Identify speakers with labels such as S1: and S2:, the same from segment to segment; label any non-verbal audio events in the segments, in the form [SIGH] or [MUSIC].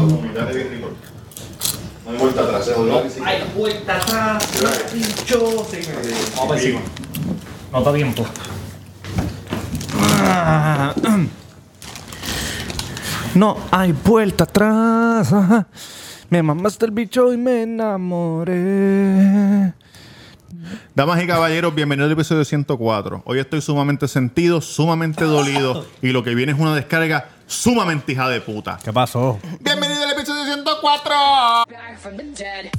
S1: humildad de Virrigor. No hay vuelta atrás, ¿eh, es doblar y sigue.
S2: Ay, vuelta atrás, pincho. Sí, me- Vamos para encima.
S3: No da tiempo.
S4: Ah. No hay vuelta atrás. ajá. Me mamaste el bicho y me enamoré.
S5: Damas y caballeros, bienvenidos al episodio 104. Hoy estoy sumamente sentido, sumamente dolido y lo que viene es una descarga sumamente hija de puta.
S3: ¿Qué pasó?
S5: Bienvenido al episodio 104.
S6: back from the dead.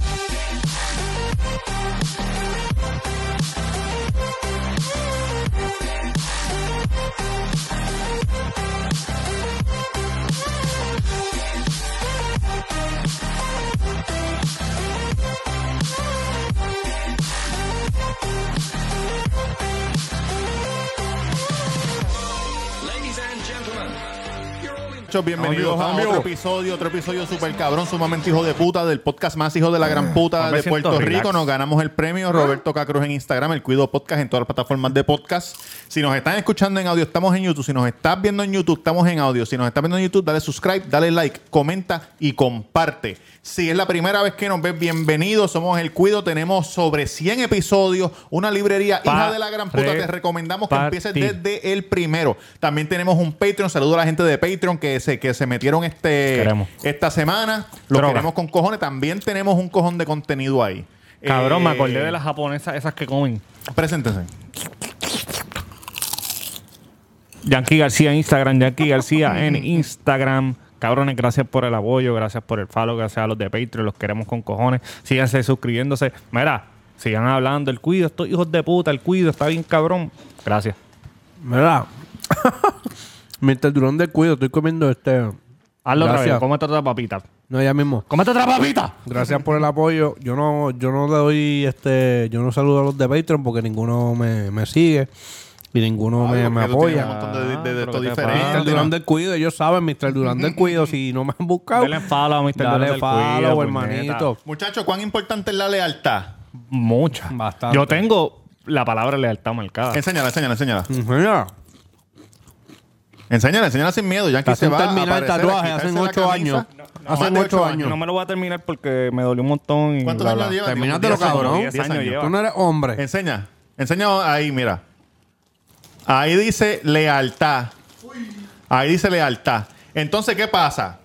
S5: Muchos Bienvenidos a otro episodio, otro episodio super cabrón, sumamente hijo de puta del podcast más hijo de la gran puta
S3: Ah, me
S5: de
S3: siento
S5: Puerto
S3: relax. Ah.
S5: Rico. Nos ganamos el premio Roberto Cacruz en Instagram, el Cuido Podcast en todas las plataformas de podcast. Si nos están escuchando en audio, estamos en YouTube. Si nos estás viendo en YouTube, estamos en audio. Si nos estás viendo en YouTube, dale subscribe, dale like, comenta y comparte. Si es la primera vez que nos ves, bienvenidos. Somos el Cuido. Tenemos sobre 100 episodios, una librería hija
S3: Pa-
S5: de la gran puta.
S3: re-
S5: Te recomendamos que empieces
S3: party.
S5: desde de el primero. También tenemos un Patreon. Saludo a la gente de Patreon que se, que se metieron este,
S3: Queremos.
S5: esta semana. Lo
S3: Droga.
S5: queremos con cojones. También tenemos un cojón de contenido ahí.
S3: Cabrón, me
S5: Eh,
S3: acordé de las japonesas esas que comen.
S5: Preséntense.
S3: Yankee García en Instagram,
S5: [LAUGHS]
S3: Yankee García en Instagram. Cabrones, gracias por el apoyo, gracias por el follow, gracias a los de Patreon, los queremos con cojones. Síganse suscribiéndose. Mira, sigan hablando, el cuido, estos hijos de puta, el cuido, está bien cabrón. Gracias.
S4: [LAUGHS] Mira. Mientras durón del cuido, estoy comiendo este.
S3: Hazlo otra vez,
S4: Gracias.
S3: cómete otra papita.
S4: No, ya mismo.
S3: ¡Cómete otra papita!
S4: Gracias por el apoyo. Yo no, yo no le doy este, yo no saludo a los de Patreon porque ninguno me, me sigue y ninguno me, me
S5: Porque tú tienes
S4: apoya.
S5: un montón de, de- de
S3: Ah,
S5: esto
S3: pero ¿qué te
S5: diferente.
S3: pasa?
S4: Mr. Durán del Cuido, ellos saben, Mr. Durán del Cuido, si no me han buscado.
S3: Denle follow a Mr. Durán
S4: dale
S3: del
S4: follow,
S3: Cuido,
S4: hermanito.
S5: Muchachos, ¿cuán importante es la lealtad?
S3: Mucha.
S4: Bastante.
S3: Yo tengo la palabra lealtad
S4: Ah.
S3: marcada.
S5: Enséñala, enséñala, enséñala.
S4: Mira,
S5: Enséñala, enséñala sin miedo. Ya
S4: te
S5: que se
S4: hacen
S5: va a
S4: terminar el
S5: aparecer, a
S4: tatuaje
S5: quitarse
S4: hacen
S5: la
S4: ocho
S5: camisa.
S4: años.
S5: No, más
S4: Hacen
S5: de
S4: ocho años.
S3: No me lo voy a terminar porque me dolió un montón. y
S5: ¿Cuántos
S3: bla,
S5: años
S3: bla.
S5: lleva?
S4: Terminate
S5: Diez
S4: lo
S5: años,
S4: cabrón.
S5: diez
S3: Diez años lleva.
S4: Tú no eres hombre.
S5: Enseña. Enseña ahí, mira. Ahí dice lealtad. Ahí dice lealtad. Entonces, ¿qué pasa?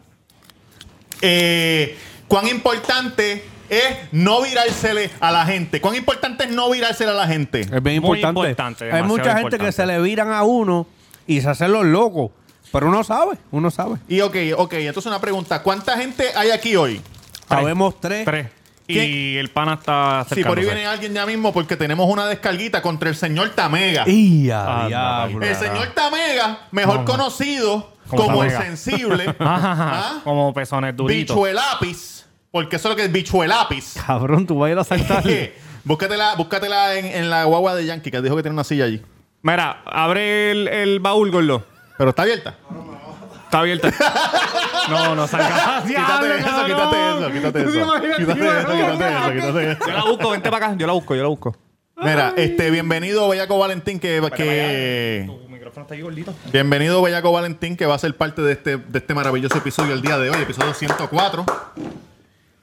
S5: Eh, ¿Cuán importante es no virársele a la gente? ¿Cuán importante es no virársele a la gente?
S4: Es bien
S3: Muy
S4: importante.
S3: importante,
S4: Hay
S3: demasiado
S4: mucha gente
S3: importante.
S4: que se le viran a uno y se hacen los locos. Pero uno sabe, uno sabe.
S5: Y ok, ok, entonces una pregunta. ¿Cuánta gente hay aquí hoy?
S4: Sabemos tres.
S3: Tres. Y
S5: ¿Qué?
S3: el pana está
S5: Si por ahí
S3: acercándose.
S5: viene alguien ya mismo porque tenemos una descarguita contra el señor Tamega.
S4: ¡Y
S3: Ah,
S4: a diablo!
S5: El señor Tamega, mejor conocido
S3: Como
S5: como, el
S3: Tamega.
S5: sensible.
S3: [LAUGHS] Ajá, ajá.
S5: ¿ah?
S3: Como pezones duritos.
S5: Bichuelapis. Porque eso es lo que es bichuelapis.
S4: Cabrón, tú vas a ir a saltar.
S5: [LAUGHS] búscatela búscatela en, en la guagua de Yankee, que dijo que tiene una silla allí.
S3: Mira, abre el, el baúl, gordo.
S5: Pero está abierta. [LAUGHS]
S3: Está abierta. no, no [LAUGHS] salga.
S5: Quítate eso, quítate eso, quítate eso. Quítate eso, quítate eso, quítate eso.
S3: Yo la busco, vente para acá. Yo la busco, yo la busco.
S5: Mira, este, bienvenido Bellaco Valentín, que, que-
S3: Tu micrófono está ahí gordito.
S5: bienvenido Bellaco Valentín, que va a ser parte de este, de este maravilloso episodio el día de hoy, episodio 104.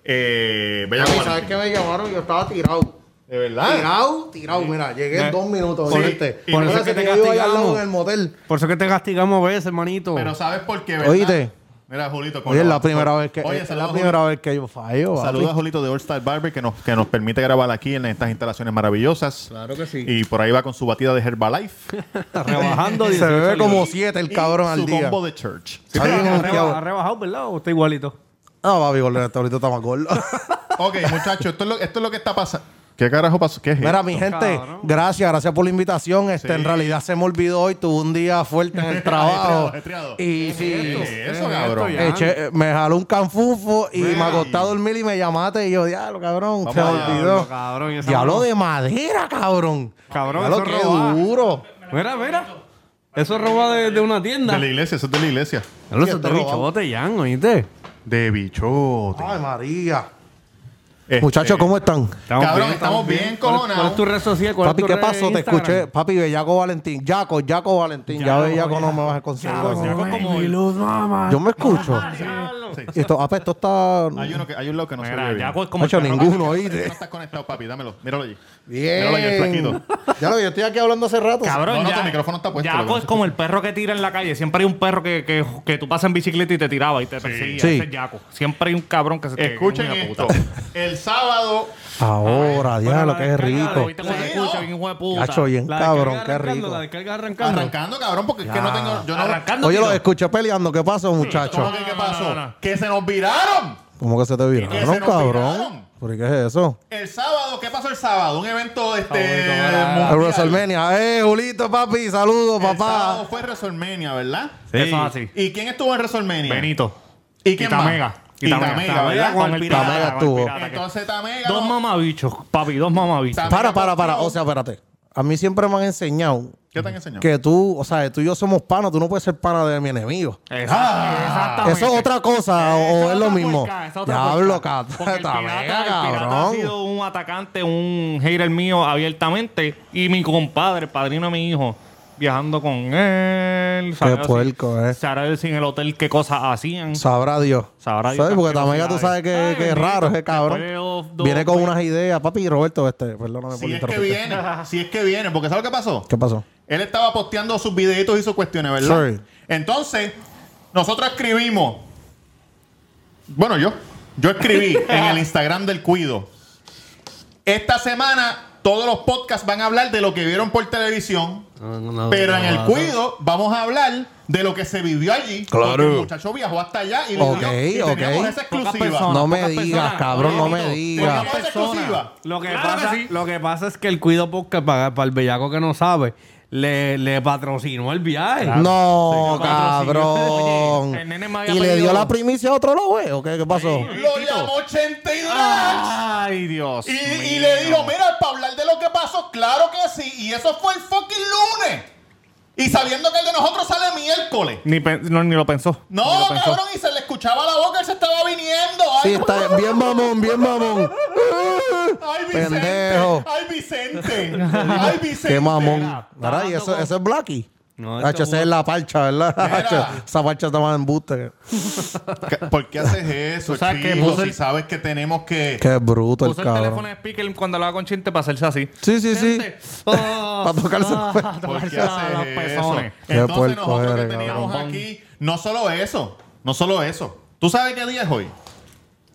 S5: Eh, Bellaco
S7: Ay, ¿Sabes
S5: Valentín.
S7: qué me llamaron? Yo estaba tirado.
S5: De verdad.
S7: Tirado, tirado. Mira, llegué en dos minutos.
S5: Ah. Sí,
S7: oíste.
S5: y por eso
S7: Ahora
S5: es
S7: sí
S4: que te
S7: yo iba allá al lado
S4: castigamos.
S7: en el motel.
S4: Por eso que te castigamos a veces, manito.
S5: Pero ¿sabes por qué? verdad?
S7: Oíste.
S5: Mira, Julito. con
S7: Oye, es
S5: la-
S7: la primera
S5: con-
S7: vez que
S5: Oye,
S7: es
S5: saludos,
S7: la
S5: Julito.
S7: primera vez que yo fallo. papi.
S5: Saludos a Julito de All Star Barber que nos, que nos permite grabar aquí en estas instalaciones maravillosas.
S7: Claro que sí.
S5: Y por ahí va con su batida de Herbalife.
S4: Está rebajando.
S7: Se
S4: 18
S7: bebe como
S4: libras.
S7: siete [LAUGHS] el
S5: y
S7: cabrón al
S5: su
S7: día.
S5: combo de church.
S7: Ahí como
S4: Ha
S7: que-
S4: reba- ha rebajado, ¿verdad? ¿O está igualito?
S7: No, papi, gordo, este ahorita está más gordo.
S5: [LAUGHS] ok, muchachos, esto, es lo- esto es lo que está pasando. ¿Qué carajo pasó? ¿Qué es
S7: Mira,
S5: esto?
S7: mi gente, gracias, gracias por la invitación. Este, En realidad se me olvidó hoy, tuve un día fuerte
S5: [LAUGHS]
S7: en el trabajo.
S5: Estriado, estriado.
S7: Y sí,
S5: ¿Qué es eso, cabrón?
S4: ya?
S7: eché- me jaló un canfufo y me
S5: Ey.
S7: acosté a dormir y me llamaste y yo, diablo, cabrón, se me
S5: Vamos allá,
S7: olvidó.
S4: Cabrón, y esa
S7: Diablo
S4: mano-
S7: de madera, cabrón.
S4: Cabrón,
S7: Diablo,
S4: eso
S7: qué
S4: es robar.
S7: duro.
S4: Mira, mira. Eso roba de, de una tienda.
S5: De la iglesia, eso es de la iglesia.
S4: Diablo, eso
S7: Sí,
S4: está
S7: esto roba.
S4: bichote, Jan, ¿oíste?
S5: De bichote.
S7: Ay, María.
S5: Este,
S7: Muchachos, ¿cómo están?
S5: Cabrón, estamos bien, cojonados.
S3: ¿Cuál es tu red social? ¿Cuál es
S7: Papi,
S3: tu
S7: ¿qué
S3: red
S7: pasó? Te
S3: Instagram?
S7: escuché. Papi, Bellaco Valentín. Yaco, Yaco Valentín. Ya Bellaco no me vas a conseguir. así.
S3: Yaco como
S4: Mi luz, mamá.
S7: Yo me escucho. Esto, apa, esto está...
S5: Hay uno que hay un lado que no se
S3: Mira,
S5: ve bien.
S3: Yaco es como... el
S7: Muchacho,
S3: carro-
S7: ninguno,
S5: Ese
S7: oíste.
S5: No estás conectado, papi. Dámelo. Míralo allí.
S7: Bien.
S5: Míralo allí, el flaquito.
S7: Ya lo vi, yo estoy aquí hablando hace rato.
S5: No,
S3: Cabrón,
S5: no,
S3: ya-
S5: tu micrófono está puesto,
S3: Yaco
S5: lo que
S3: es como el perro que tira en la calle. Siempre hay un perro que, que, que tú pasas en bicicleta y te tiraba y te perseguía.
S7: Sí.
S3: Ese es Yaco. Siempre hay un cabrón que se te...
S5: Escuchen
S3: Hijo de
S5: esto.
S3: puta.
S5: El sábado
S7: Ahora,
S3: Bueno,
S7: diablo,
S3: la
S7: qué
S3: descarga,
S7: rico.
S3: ¿viste cómo se escucha, bien hijo de puta?
S7: Cacho, bien cabrón,
S4: descarga
S7: qué
S4: arrancando,
S7: rico.
S4: La descarga arrancando.
S5: arrancando, cabrón, porque es que no tengo. Yo no.
S3: Arrancando,
S7: Oye,
S3: tío.
S7: los escuché peleando. ¿Qué pasó,
S5: ¿Cómo
S7: muchachos?
S5: que qué
S3: No,
S5: pasó?
S3: no, no.
S5: Que se nos viraron.
S7: ¿Cómo que se te viraron,
S5: se nos
S7: cabrón?
S5: viraron.
S7: ¿Por qué es eso?
S5: El sábado, ¿qué pasó el sábado? Un evento este.
S3: Ah,
S7: El
S5: mundial.
S7: WrestleMania. ¡Eh, Julito, papi! ¡Saludos,
S5: El sábado
S7: papá!
S5: fue WrestleMania, ¿verdad?
S3: Sí. Eso es así.
S5: ¿Y quién estuvo en WrestleMania?
S3: Benito.
S5: ¿Y quién más?
S3: Tamega.
S5: Y Tamega, ¿verdad?
S3: Con el pirata.
S7: Tamega
S3: con el
S7: estuvo.
S3: pirata, que-
S5: Entonces Tamega.
S3: Dos
S5: no-
S3: mamabichos, papi, dos mamabichos.
S5: Tamega
S7: Para, para, para.
S5: contigo.
S7: O sea, espérate. A mí siempre me han enseñado
S5: ¿Qué te han enseñado?
S7: que tú, o sea, tú y yo somos panos. Tú no puedes ser pana de mi enemigo.
S3: Exactamente.
S7: ¿Eso es otra cosa o- o
S3: Esa
S7: es lo
S3: otra
S7: mismo?
S3: puerca, esa otra
S7: Diablo,
S3: puerca.
S7: cat- [LAUGHS]
S3: Porque el
S7: Tamega,
S3: pirata- el pirata ha
S7: cabrón.
S3: sido un atacante, un hater mío abiertamente. Y mi compadre, el padrino de mi hijo, viajando con él. sabe así.
S7: puerco, eh.
S3: Sabe sin el hotel qué cosas hacían.
S7: Sabrá Dios.
S3: Sabrá Dios
S7: ¿Sabes? Porque
S3: también,
S7: Tamega tú
S3: sabe.
S7: sabes que,
S3: Ay,
S7: que es
S3: bendito.
S7: raro ese cabrón.
S3: Después de dos- dos-
S7: Viene con unas ideas. Papi, Roberto, este, perdóname por
S5: Si es que
S7: interrumpirte.
S5: viene, si es que viene, porque ¿sabes lo que pasó?
S7: ¿Qué pasó?
S5: Él estaba posteando sus videitos y sus cuestiones, ¿verdad?
S7: Sí.
S5: Entonces, nosotros escribimos. Bueno, yo. Yo
S7: [LAUGHS]
S5: escribí en el Instagram del Cuido. Esta semana todos los podcasts van a hablar de lo que vieron por televisión. pero en el Cuido vamos a hablar de lo que se vivió allí.
S7: Claro.
S5: Porque El muchacho viajó hasta allá y vivió. y
S7: Ok,
S5: teníamos
S7: ok.
S5: esa
S3: Pocas
S5: exclusiva.
S3: personas,
S7: No me
S3: pocas
S7: digas,
S3: personas.
S7: cabrón, no me
S3: Benito,
S7: digas.
S3: pocas
S5: Esa
S3: personas.
S5: exclusiva.
S4: Lo que,
S3: Claro
S4: pasa,
S3: que sí.
S4: lo que pasa es que el Cuido Podcast, para, para el bellaco que no sabe, le, le patrocinó el viaje.
S7: No,
S3: [LAUGHS] patrocinio.
S7: cabrón.
S3: Oye, el nene me había
S7: ¿Y le
S3: pedido-
S7: dio la primicia a otro lobo, eh? ¿O qué, qué pasó?
S5: Lo llamó 82.
S3: Ah. Ay, Dios.
S5: Y, y
S3: mío.
S5: le dijo, mira, para hablar de lo que pasó, claro que sí. Y eso fue el fucking lunes. Y sabiendo que el de nosotros sale miércoles.
S3: Ni, pe- no, ni lo pensó.
S5: No,
S3: Ni lo pensó.
S5: cabrón, y se le escuchaba la boca, él se estaba viniendo. Ay,
S7: Sí, está bien mamón, bien mamón.
S5: [LAUGHS] ay, Vicente.
S7: pendejo.
S5: Ay, Vicente. [LAUGHS] ay, Vicente.
S7: Qué mamón.
S3: Está
S7: ¿Verdad? Y
S3: dando
S7: eso,
S3: con-
S7: eso es Blackie.
S4: No,
S7: Hacho,
S4: esto
S7: esa es la parcha, ¿verdad?
S5: Mira.
S7: Hacho, Esa parcha está más en buste.
S5: ¿Por qué haces [LAUGHS] eso,
S3: Tú sabes que chico? puse Si el-
S5: sabes que tenemos [LAUGHS] que...
S7: Qué bruto el
S3: Puso el teléfono
S7: Pues, cabrón.
S3: de speaker cuando hablaba con Chinte para hacerse así. oh, ah,
S7: Sí, sí, sí.
S3: Para
S7: [LAUGHS] Para tocarse los pe-
S5: ¿Por qué haces eso?
S7: Qué
S5: Entonces
S7: puerco
S5: nosotros que
S7: eres,
S5: teníamos
S3: cabrón.
S5: aquí, no solo eso, no solo eso. ¿Tú sabes qué día es hoy?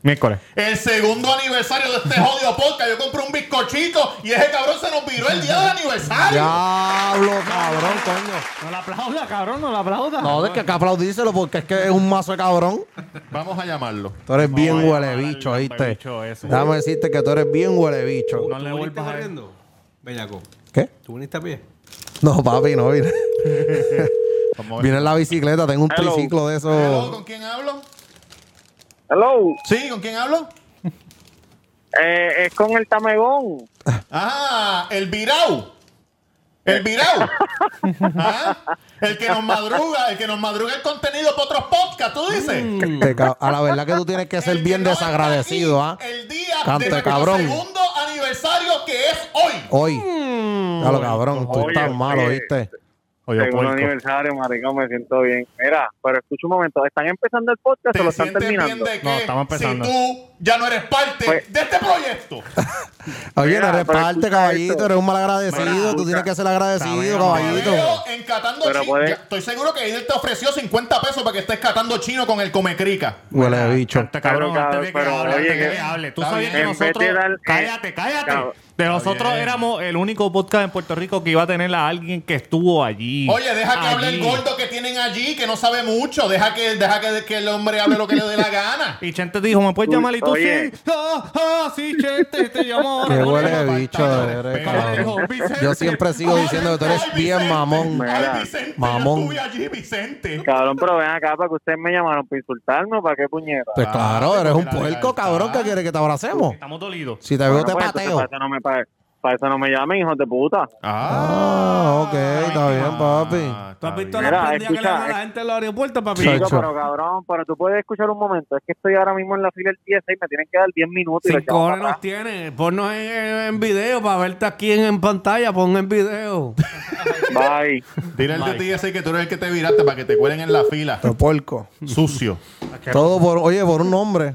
S3: Miércoles.
S5: El segundo aniversario de este jodido podcast. Yo compré un bizcochito y ese cabrón se nos viró el día del aniversario.
S7: Diablo, cabrón, coño.
S3: No la aplauda, cabrón, no la aplauda.
S7: No, de que, que aplaudírselo porque es que es un mazo de cabrón.
S5: Vamos a llamarlo.
S7: Tú eres bien
S3: vaya,
S7: huele
S3: vale,
S7: bicho,
S3: el
S7: ¿viste?
S3: bicho ese.
S7: Déjame decirte que tú eres bien huele bicho.
S3: No le
S4: ¿Tú viniste
S3: vuelvas a ver.
S4: corriendo? Bellaco,
S7: ¿Qué?
S4: ¿tú viniste a pie?
S7: No, papi, no vine. Viene en la bicicleta, tengo un
S8: Hello.
S7: triciclo de
S5: Hello,
S7: esos.
S5: ¿Con quién hablo?
S8: Hello,
S5: Sí, ¿con quién hablo?
S8: eh, es con el Tamegón.
S5: Ah, el virau. El
S7: [LAUGHS]
S5: virau. Ah, El que nos madruga, el que nos madruga el contenido para otros podcasts, tú dices.
S7: Te Este, ca- A la verdad que tú tienes que Mm, ser
S5: El
S7: bien
S5: que no
S7: desagradecido,
S5: está
S7: ¿ah?
S5: aquí El día
S7: Cante,
S5: de nuestro
S7: cabrón.
S5: segundo aniversario que es hoy.
S7: Hoy. A lo cabrón, tú
S8: Oye,
S7: estás malo,
S8: oye.
S7: ¿viste?
S8: Segundo aniversario, maricón, me siento bien. Mira, pero escucha un momento, ¿están empezando el podcast o lo
S5: ¿Te
S8: están
S5: sientes bien
S8: terminando?
S5: de que
S3: No, estamos empezando.
S5: si tú ya no eres parte
S8: Pues-
S5: de este proyecto?
S7: Oye, no
S8: Mira,
S7: eres
S8: pero
S7: parte,
S8: escucha
S7: caballito,
S8: esto.
S7: eres un mal agradecido.
S8: Mira,
S7: Tú tienes que ser agradecido,
S5: Te
S7: caballito.
S5: veo encatando
S8: Pero
S5: chino.
S8: puede-
S5: Ya, Estoy seguro que él te ofreció 50 pesos para que estés catando chino con el comecrica.
S7: Huele a bicho.
S8: este
S3: Cállate, Este cabrón,
S8: Pero,
S3: antes de que
S8: pero,
S3: hable,
S8: oye,
S3: antes de que
S8: que-
S3: hable. Tú
S5: está
S3: sabías
S5: bien.
S3: que
S8: En vez de
S3: nosotros...
S8: dar-
S3: cállate, cállate.
S8: Cab-
S3: De nosotros
S5: bien.
S3: éramos el único podcast en Puerto Rico que iba a tener a alguien que estuvo allí.
S5: Oye, deja que hable el
S3: Allí.
S5: gordo que tienen allí, que no sabe mucho. Deja que, deja que, que el hombre hable lo que le dé la gana.
S3: Y Chente te dijo, ¿me puedes llamar? Y tú,
S8: Oye.
S3: sí. Ah, ah, sí, Chente, te llamo
S7: [LAUGHS]
S3: ahora.
S7: Qué
S3: No,
S7: huele
S3: no,
S7: de
S3: no,
S7: bicho eres,
S5: Pero,
S3: hijo,
S7: cabrón.
S3: Vicente.
S7: [LAUGHS] Yo siempre sigo
S5: Ay,
S7: diciendo que tú eres
S5: ay,
S7: bien
S5: Vicente.
S7: mamón.
S8: Mira.
S5: Ay, Vicente,
S7: Mamón.
S5: yo estuve allí, Vicente.
S8: Cabrón, pero ven acá para que ustedes me llamaron para insultarme o para qué puñeta.
S7: Pues claro, eres un
S5: porque la
S7: puerco,
S5: lealtad.
S7: cabrón, que quiere que te abracemos.
S3: Estamos dolidos.
S7: Si te veo,
S8: Bueno,
S7: te
S8: pues, entonces,
S7: pateo.
S8: para eso no me pa- Para eso no me llamen, hijos de puta.
S5: Ah,
S7: Ah, ok, está bien,
S3: Ah,
S7: papi.
S4: ¿Tú has visto
S8: bien.
S4: las
S8: Mira,
S4: pendejas que le dan a la
S8: escucha,
S4: gente en los aeropuertos, papi?
S8: Chico, pero cabrón, pero tú puedes escuchar un momento. Es que estoy ahora mismo en la fila del 10 y me tienen que dar 10 minutos. y lo
S4: Sin
S8: echamos
S4: cojones
S8: para
S4: nos
S8: atrás.
S4: tiene. Ponnos en, en video para verte aquí en, en pantalla. Pon en [LAUGHS] video.
S8: Bye.
S5: Dile al de ti ese que tú eres el que te viraste para que te cuelen en la
S7: [LAUGHS]
S5: fila.
S7: Pero puerco.
S5: Sucio.
S7: Todo por, oye, por un hombre.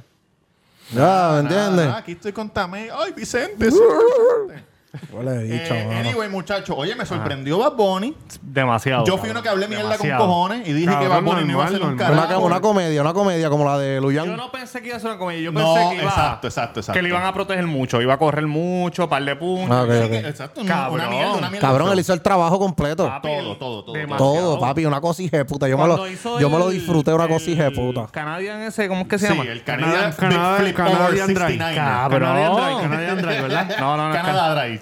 S7: Ya, ¿me entiendes?
S5: Ah, aquí estoy con Tamé. Ay, Vicente. sí, Vicente.
S7: Huele
S5: Eh,
S7: bicho, mano.
S5: anyway, muchachos, oye,
S3: Ah.
S5: me sorprendió Bad Bunny.
S3: Demasiado.
S5: Yo fui
S3: cabrón.
S5: uno que hablé mierda con
S3: Demasiado.
S5: cojones y dije que Bad
S3: Cabrón,
S5: Bunny no iba a ser un
S3: normal,
S7: Una,
S5: carajo.
S7: una comedia, una comedia como la de Luyan.
S3: Yo no pensé que iba a ser una comedia. Yo
S5: No,
S3: pensé que iba
S5: exacto, exacto, exacto.
S3: que le iban a proteger mucho. Iba a correr mucho, par de puntos.
S7: Ah, ok,
S5: Sí,
S7: ok.
S5: que- [LAUGHS] Exacto, no, una
S3: Cabrón.
S5: mierda, una mierda.
S7: Cabrón, él hizo el trabajo completo.
S3: Papi,
S5: Todo, todo, todo.
S3: Ah, pues, demasiado.
S7: Todo, papi, una cosa puta. Yo, me
S3: Cuando
S7: lo,
S3: hizo
S7: yo me lo
S3: el-
S7: disfruté, una cosa
S3: el
S7: puta.
S3: Canadian ese, ¿cómo es que se
S5: Sí,
S3: llama?
S5: el Canadian,
S4: Canadian-
S5: Big Flip
S4: Canadian
S5: Over
S4: Drive.
S5: 69.
S3: Canadian
S4: Drive,
S3: Canadian Drive,
S5: [LAUGHS]
S3: ¿verdad? [LAUGHS] No, no, no.
S5: Canadá
S3: Can-
S5: Drive.
S3: Canadá
S5: Drive.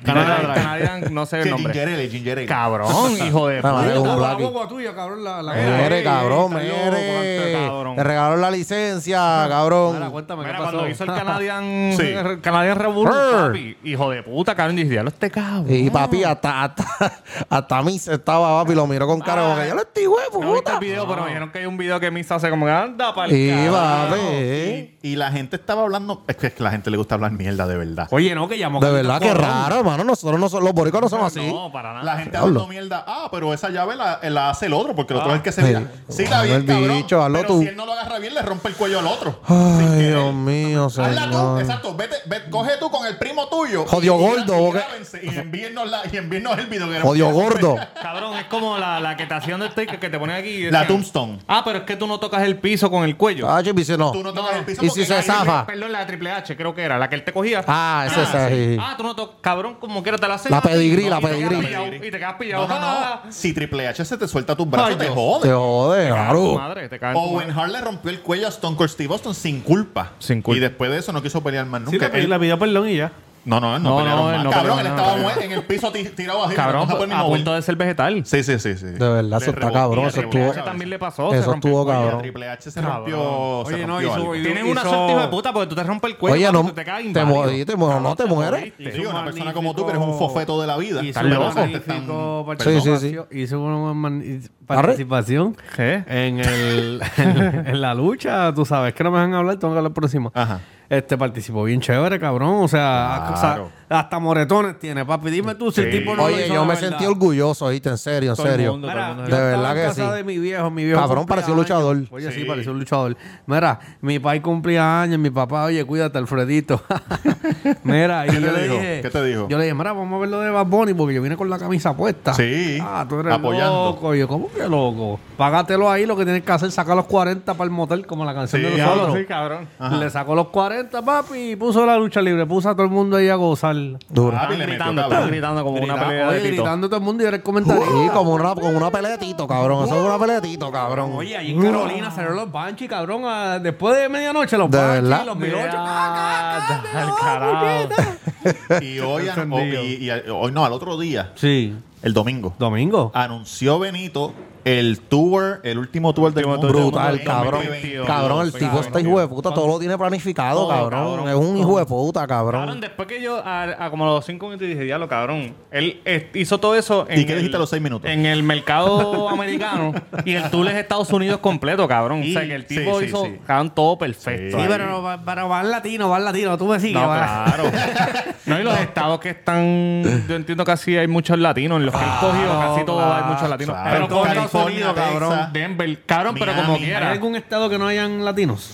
S3: Drive. Canadian, no sé el
S5: Sí,
S3: nombre.
S5: Ginger Ale, Ginger Ale. [LAUGHS]
S3: Cabrón, hijo de
S7: Ah,
S3: puta.
S7: vale, un
S4: la
S7: blackie.
S4: guagua tuya, cabrón. La, la
S3: Eh,
S7: Mere,
S3: ey,
S7: cabrón,
S3: está loco,
S7: mere.
S3: cabrón.
S7: Te regalaron la licencia, cabrón.
S4: Mira, cuéntame, ¿qué
S3: Mira,
S4: pasó?
S3: cuando hizo el Canadian,
S5: Sí.
S3: el Canadian
S7: Brr.
S3: Revolution, papi, hijo de puta, cabrón, yo dije, "Diablo, este cabrón.
S7: Y papi, hasta, hasta, [LAUGHS] hasta Miss estaba, papi, lo miró con cara como que yo le estoy
S3: No
S7: huevo,
S3: he visto
S7: puta.
S3: el video, pero me dijeron que hay un video que Misa hace como que anda para
S7: Y
S3: el
S7: papi.
S5: Y la gente estaba hablando. Es que es que la gente le gusta hablar mierda, de verdad.
S4: Oye, no, que llamó.
S7: De
S4: Carlitos
S7: verdad que
S4: Colón.
S7: raro, hermano. Nosotros no so- los boricos no somos así.
S3: Ah, No, para nada.
S5: La gente hablando mierda. Ah, pero esa llave la, la hace el otro, porque el otro es el que se
S7: Ah, Sí.
S5: vira. Sí, está
S7: Hazlo
S5: bien,
S7: el
S5: cabrón.
S7: bicho, hazlo
S5: pero
S7: tú. Ah,
S5: si él no lo agarra bien, le rompe el cuello al otro. Sin
S7: Ay,
S5: querer.
S7: Dios mío,
S5: Hazla tú,
S7: señor.
S5: exacto. Vete, ve- coge tú con el primo tuyo.
S7: Jodió gordo,
S5: Y,
S7: porque-
S5: grábense, y envíennos la- y envíennos el video. que era-
S7: Odio gordo.
S3: Cabrón, es como la, la que te hacían de este que que te ponen aquí. y
S5: La
S3: decían,
S5: Tombstone.
S3: Ah, pero es que tú no tocas el piso con el cuello.
S7: Ah, chipi, si no.
S5: Tú no tocas el piso
S7: ¿Y
S5: porque
S7: si se
S5: ahí-
S7: zafa?
S3: Perdón, la de Triple H, creo que era, la que él te cogía.
S7: Ah, ese es ahí.
S3: Ah, tú no tocas. Cabrón, como quiera te la hacen.
S7: La
S3: a ti.
S7: pedigrí, la
S3: Y te quedas
S7: pedigrí.
S3: pillado, Y te quedas pillado.
S5: No, no,
S3: Ah,
S5: no. Si Triple H se te suelta tus brazos,
S3: Ay,
S5: te
S3: Dios.
S5: jode.
S7: Te jode,
S3: tu
S7: claro.
S3: Madre, te caen.
S5: Owen Hart le rompió el cuello a Stone Cold Steve Austin sin culpa.
S3: Sin culpa.
S5: Y después de eso no quiso pelear más
S4: Sí,
S5: nunca.
S4: le pedí-
S5: Él-
S4: le pidió perdón y ya.
S5: No, no, no,
S3: No,
S5: pelearon
S3: no,
S5: más.
S3: él no
S5: Cabrón,
S3: peleó,
S5: él
S3: no,
S5: estaba
S3: no
S5: muerto en el piso ti- tirado así.
S3: Cabrón,
S5: no
S4: pues,
S7: pues,
S5: se puede ni
S3: a
S5: mover.
S3: punto de ser vegetal.
S5: Sí, sí, sí, sí.
S7: De verdad, eso está cabrón.
S5: Y a
S7: Eso
S5: Triple
S7: estuvo.
S5: H
S3: también le pasó. se
S7: Eso
S3: rompió
S7: estuvo
S3: el cuello.
S7: cabrón.
S5: Triple H se
S3: Cabrón.
S5: rompió, se
S4: Oye, no,
S5: rompió
S4: hizo-
S5: algo.
S4: hizo-
S3: Tienen una
S4: Hizo-
S3: suerte, hijo de puta, porque tú te rompes el cuello.
S7: Oye,
S3: papi,
S7: no-
S3: tú te
S7: te
S3: quedas inválido.
S7: morí, te mor- no
S3: Cabrón,
S7: te mueres.
S5: Sí,
S3: moriste.
S5: una
S4: Hizo un
S5: persona
S4: magnífico-
S5: como tú que eres un fofeto de la vida.
S4: Hizo
S5: Estás
S4: un
S5: loco.
S4: magnífico
S5: Estás-
S7: Sí, sí,
S5: Perdón.
S7: sí.
S4: Hizo una magni- participación
S3: ¿Qué?
S4: en, el, [LAUGHS] en, en la lucha. Tú sabes que no me dejan hablar, tengo que hablar por encima.
S5: Ajá.
S4: Este participó bien chévere, cabrón. O sea, o sea,
S5: Claro.
S4: hasta moretones tiene, papi. Dime tú si el
S5: Sí.
S4: tipo no lo
S7: Oye,
S4: hizo
S7: yo
S4: de
S7: me
S4: verdad.
S7: sentí orgulloso, ¿viste? En serio, en
S3: Todo el
S7: serio.
S3: mundo, todo el
S4: Mira,
S3: mundo.
S4: yo
S7: De
S4: estaba
S7: verdad
S4: en
S7: que
S4: casa
S7: sí.
S4: de mi viejo, mi viejo.
S7: Cabrón,
S4: cumplía
S7: pareció luchador.
S4: años. Oye, sí,
S5: Sí.
S4: pareció un luchador. Mira, mi pai cumplía años, mi papá, oye, cuídate, Alfredito. [LAUGHS] Mira, y
S5: ¿Qué
S4: yo
S5: te
S4: le
S5: dijo?
S4: dije.
S5: ¿Qué te dijo?
S4: Yo le dije, mira, vamos a ver lo de Bad Bunny porque yo vine con la camisa puesta.
S5: Sí,
S4: Ah, tú eres
S5: apoyando.
S4: loco. Y yo, ¿cómo que loco? Págatelo ahí, lo que tienes que hacer, saca los 40 para el motel, como la canción
S5: Sí,
S4: de
S5: diablo,
S4: nosotros.
S3: Sí, cabrón.
S5: Ajá.
S4: Le sacó los 40, papi, y puso la lucha libre, puso a todo el mundo ahí a gozar.
S7: Duro.
S5: Papi, le metió,
S3: Gritando,
S5: cabrón.
S3: estaba gritando como una
S5: Gritaba,
S3: pelea de
S4: Oye,
S3: pito.
S4: gritando todo el mundo y eres comentarista.
S7: Sí, como una, como una peleatito, cabrón. Eso es una peleatito, cabrón.
S4: Oye, ahí en Carolina salieron los Banshee, cabrón. a- después Ah. de medianoche, los
S7: ¿De
S4: Banshee,
S7: verdad?
S4: los 1008.
S3: Ah, al carajo.
S4: [LAUGHS]
S5: Y hoy, an- o- y- y a- hoy no, al otro día,
S4: Sí,
S5: el domingo,
S4: domingo.
S5: anunció Benito el tour, el último tour del mundo.
S7: Brutal,
S5: del
S7: cabrón.
S5: 2022.
S7: Cabrón, el tipo está hijo de puta, todo lo tiene planificado,
S3: Todo,
S7: cabrón.
S3: cabrón.
S7: Es un hijo de puta,
S3: Cabrón,
S7: cabrón.
S3: después que yo, a, a como los cinco minutos, dije, diablo, cabrón. Él eh, hizo todo eso.
S5: ¿Y qué
S3: el-
S5: dijiste a los seis minutos?
S3: En el mercado americano. y el tour es Estados Unidos completo, cabrón.
S5: Y-
S3: o sea, que el
S5: sí,
S3: tipo
S5: sí,
S3: hizo,
S5: sí.
S3: cabrón, todo perfecto.
S4: Sí,
S3: ahí.
S4: pero, no, pero van latinos, van latinos. Tú me sigues.
S3: No,
S4: van-
S3: claro. no, y los estados que están. Yo entiendo que así hay muchos latinos. En los que él cogió, casi todos hay muchos latinos.
S5: claro.
S3: Pero
S4: todo
S3: con
S4: Estados
S5: California,
S4: Unidos, cabrón.
S5: Texas.
S3: Denver, cabrón, pero
S5: Miami.
S3: como
S4: ¿Hay
S3: quiera.
S4: algún estado que no hayan latinos?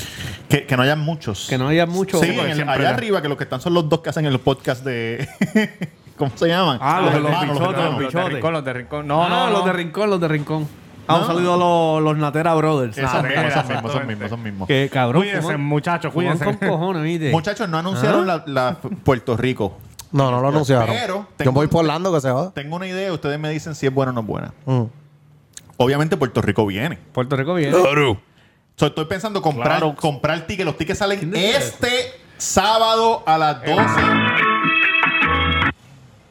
S5: Que, que no hayan muchos.
S4: Que no haya muchos.
S5: Sí,
S3: Sí, porque
S5: en el-
S3: siempre
S5: allá
S3: era.
S5: arriba, que los que están son los dos que hacen el podcast de. [LAUGHS] ¿Cómo se llaman?
S4: Ah, los de los
S5: hermanos,
S4: bichotes,
S5: hermanos.
S3: Los
S4: los
S3: de
S4: bichotes.
S3: rincón, los de rincón. No,
S4: Ah,
S3: no,
S4: los
S3: no.
S4: de Rincón, los de Rincón. Ah, un saludo a los, los Natera Brothers.
S5: Esos
S3: Ah,
S5: mismos, esos
S3: exactamente.
S5: mismos, esos mismos, esos mismos.
S4: Que cabrón.
S3: Cuídense,
S4: fuman-
S3: muchachos,
S4: fuman
S3: cuídense.
S4: con cojones, ¿viste?
S5: Muchachos, no anunciaron
S4: ¿Ah?
S5: la, la Puerto Rico.
S7: No, no lo anunciaron.
S5: Pero
S7: Yo
S5: tengo-
S7: voy por Orlando que se joda.
S5: Tengo una idea, ustedes me dicen si es buena o no es buena.
S7: Mm.
S5: Obviamente Puerto Rico viene.
S4: Puerto Rico viene.
S5: So, estoy pensando comprar,
S3: Claro.
S5: comprar tickets. Los tickets salen este sábado a las 12.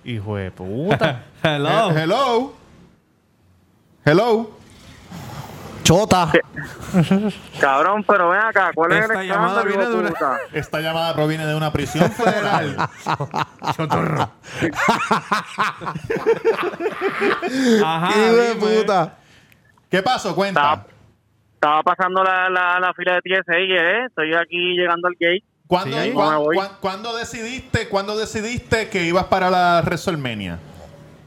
S3: Hijo de puta.
S4: [LAUGHS]
S5: Eh,
S4: Hello.
S5: Hello. Hello.
S7: Chota.
S8: Cabrón, pero ven acá, ¿cuál es el
S4: Esta llamada
S8: escándalo,
S4: viene de una-
S8: puta?
S5: Esta llamada proviene de una
S7: [LAUGHS]
S5: prisión federal.
S4: Chotorro. Ajá.
S7: Hijo de
S4: Ah, dime.
S7: puta.
S5: ¿Qué pasó? Cuenta.
S8: Estaba, estaba pasando la, la, la fila de TSA, ¿eh? Estoy aquí llegando al gate.
S5: ¿Cuándo,
S8: Sí,
S5: cuán-
S8: me voy.
S5: cuán- cuándo decidiste, cuándo decidiste que ibas para la WrestleMania?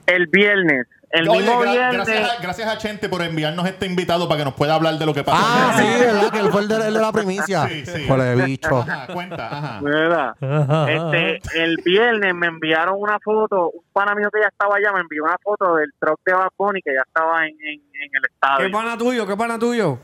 S8: El viernes, el
S5: Oye,
S8: mismo
S5: gra-
S8: viernes.
S5: gracias, a, gracias a Chente por enviarnos este invitado para que nos pueda hablar de lo que pasó.
S7: Ah,
S5: [LAUGHS]
S7: sí, ¿verdad? Que él fue el de, el de la primicia.
S5: Sí, sí.
S7: Por el bicho.
S5: Ajá, cuenta, ajá.
S8: Mira, este, el viernes me enviaron una foto, un pana mío que ya estaba allá me envió una foto del truck de Bad Bunny que ya estaba en, en, en el
S4: ¿Qué
S8: estadio.
S4: pana tuyo? ¿Qué pana tuyo?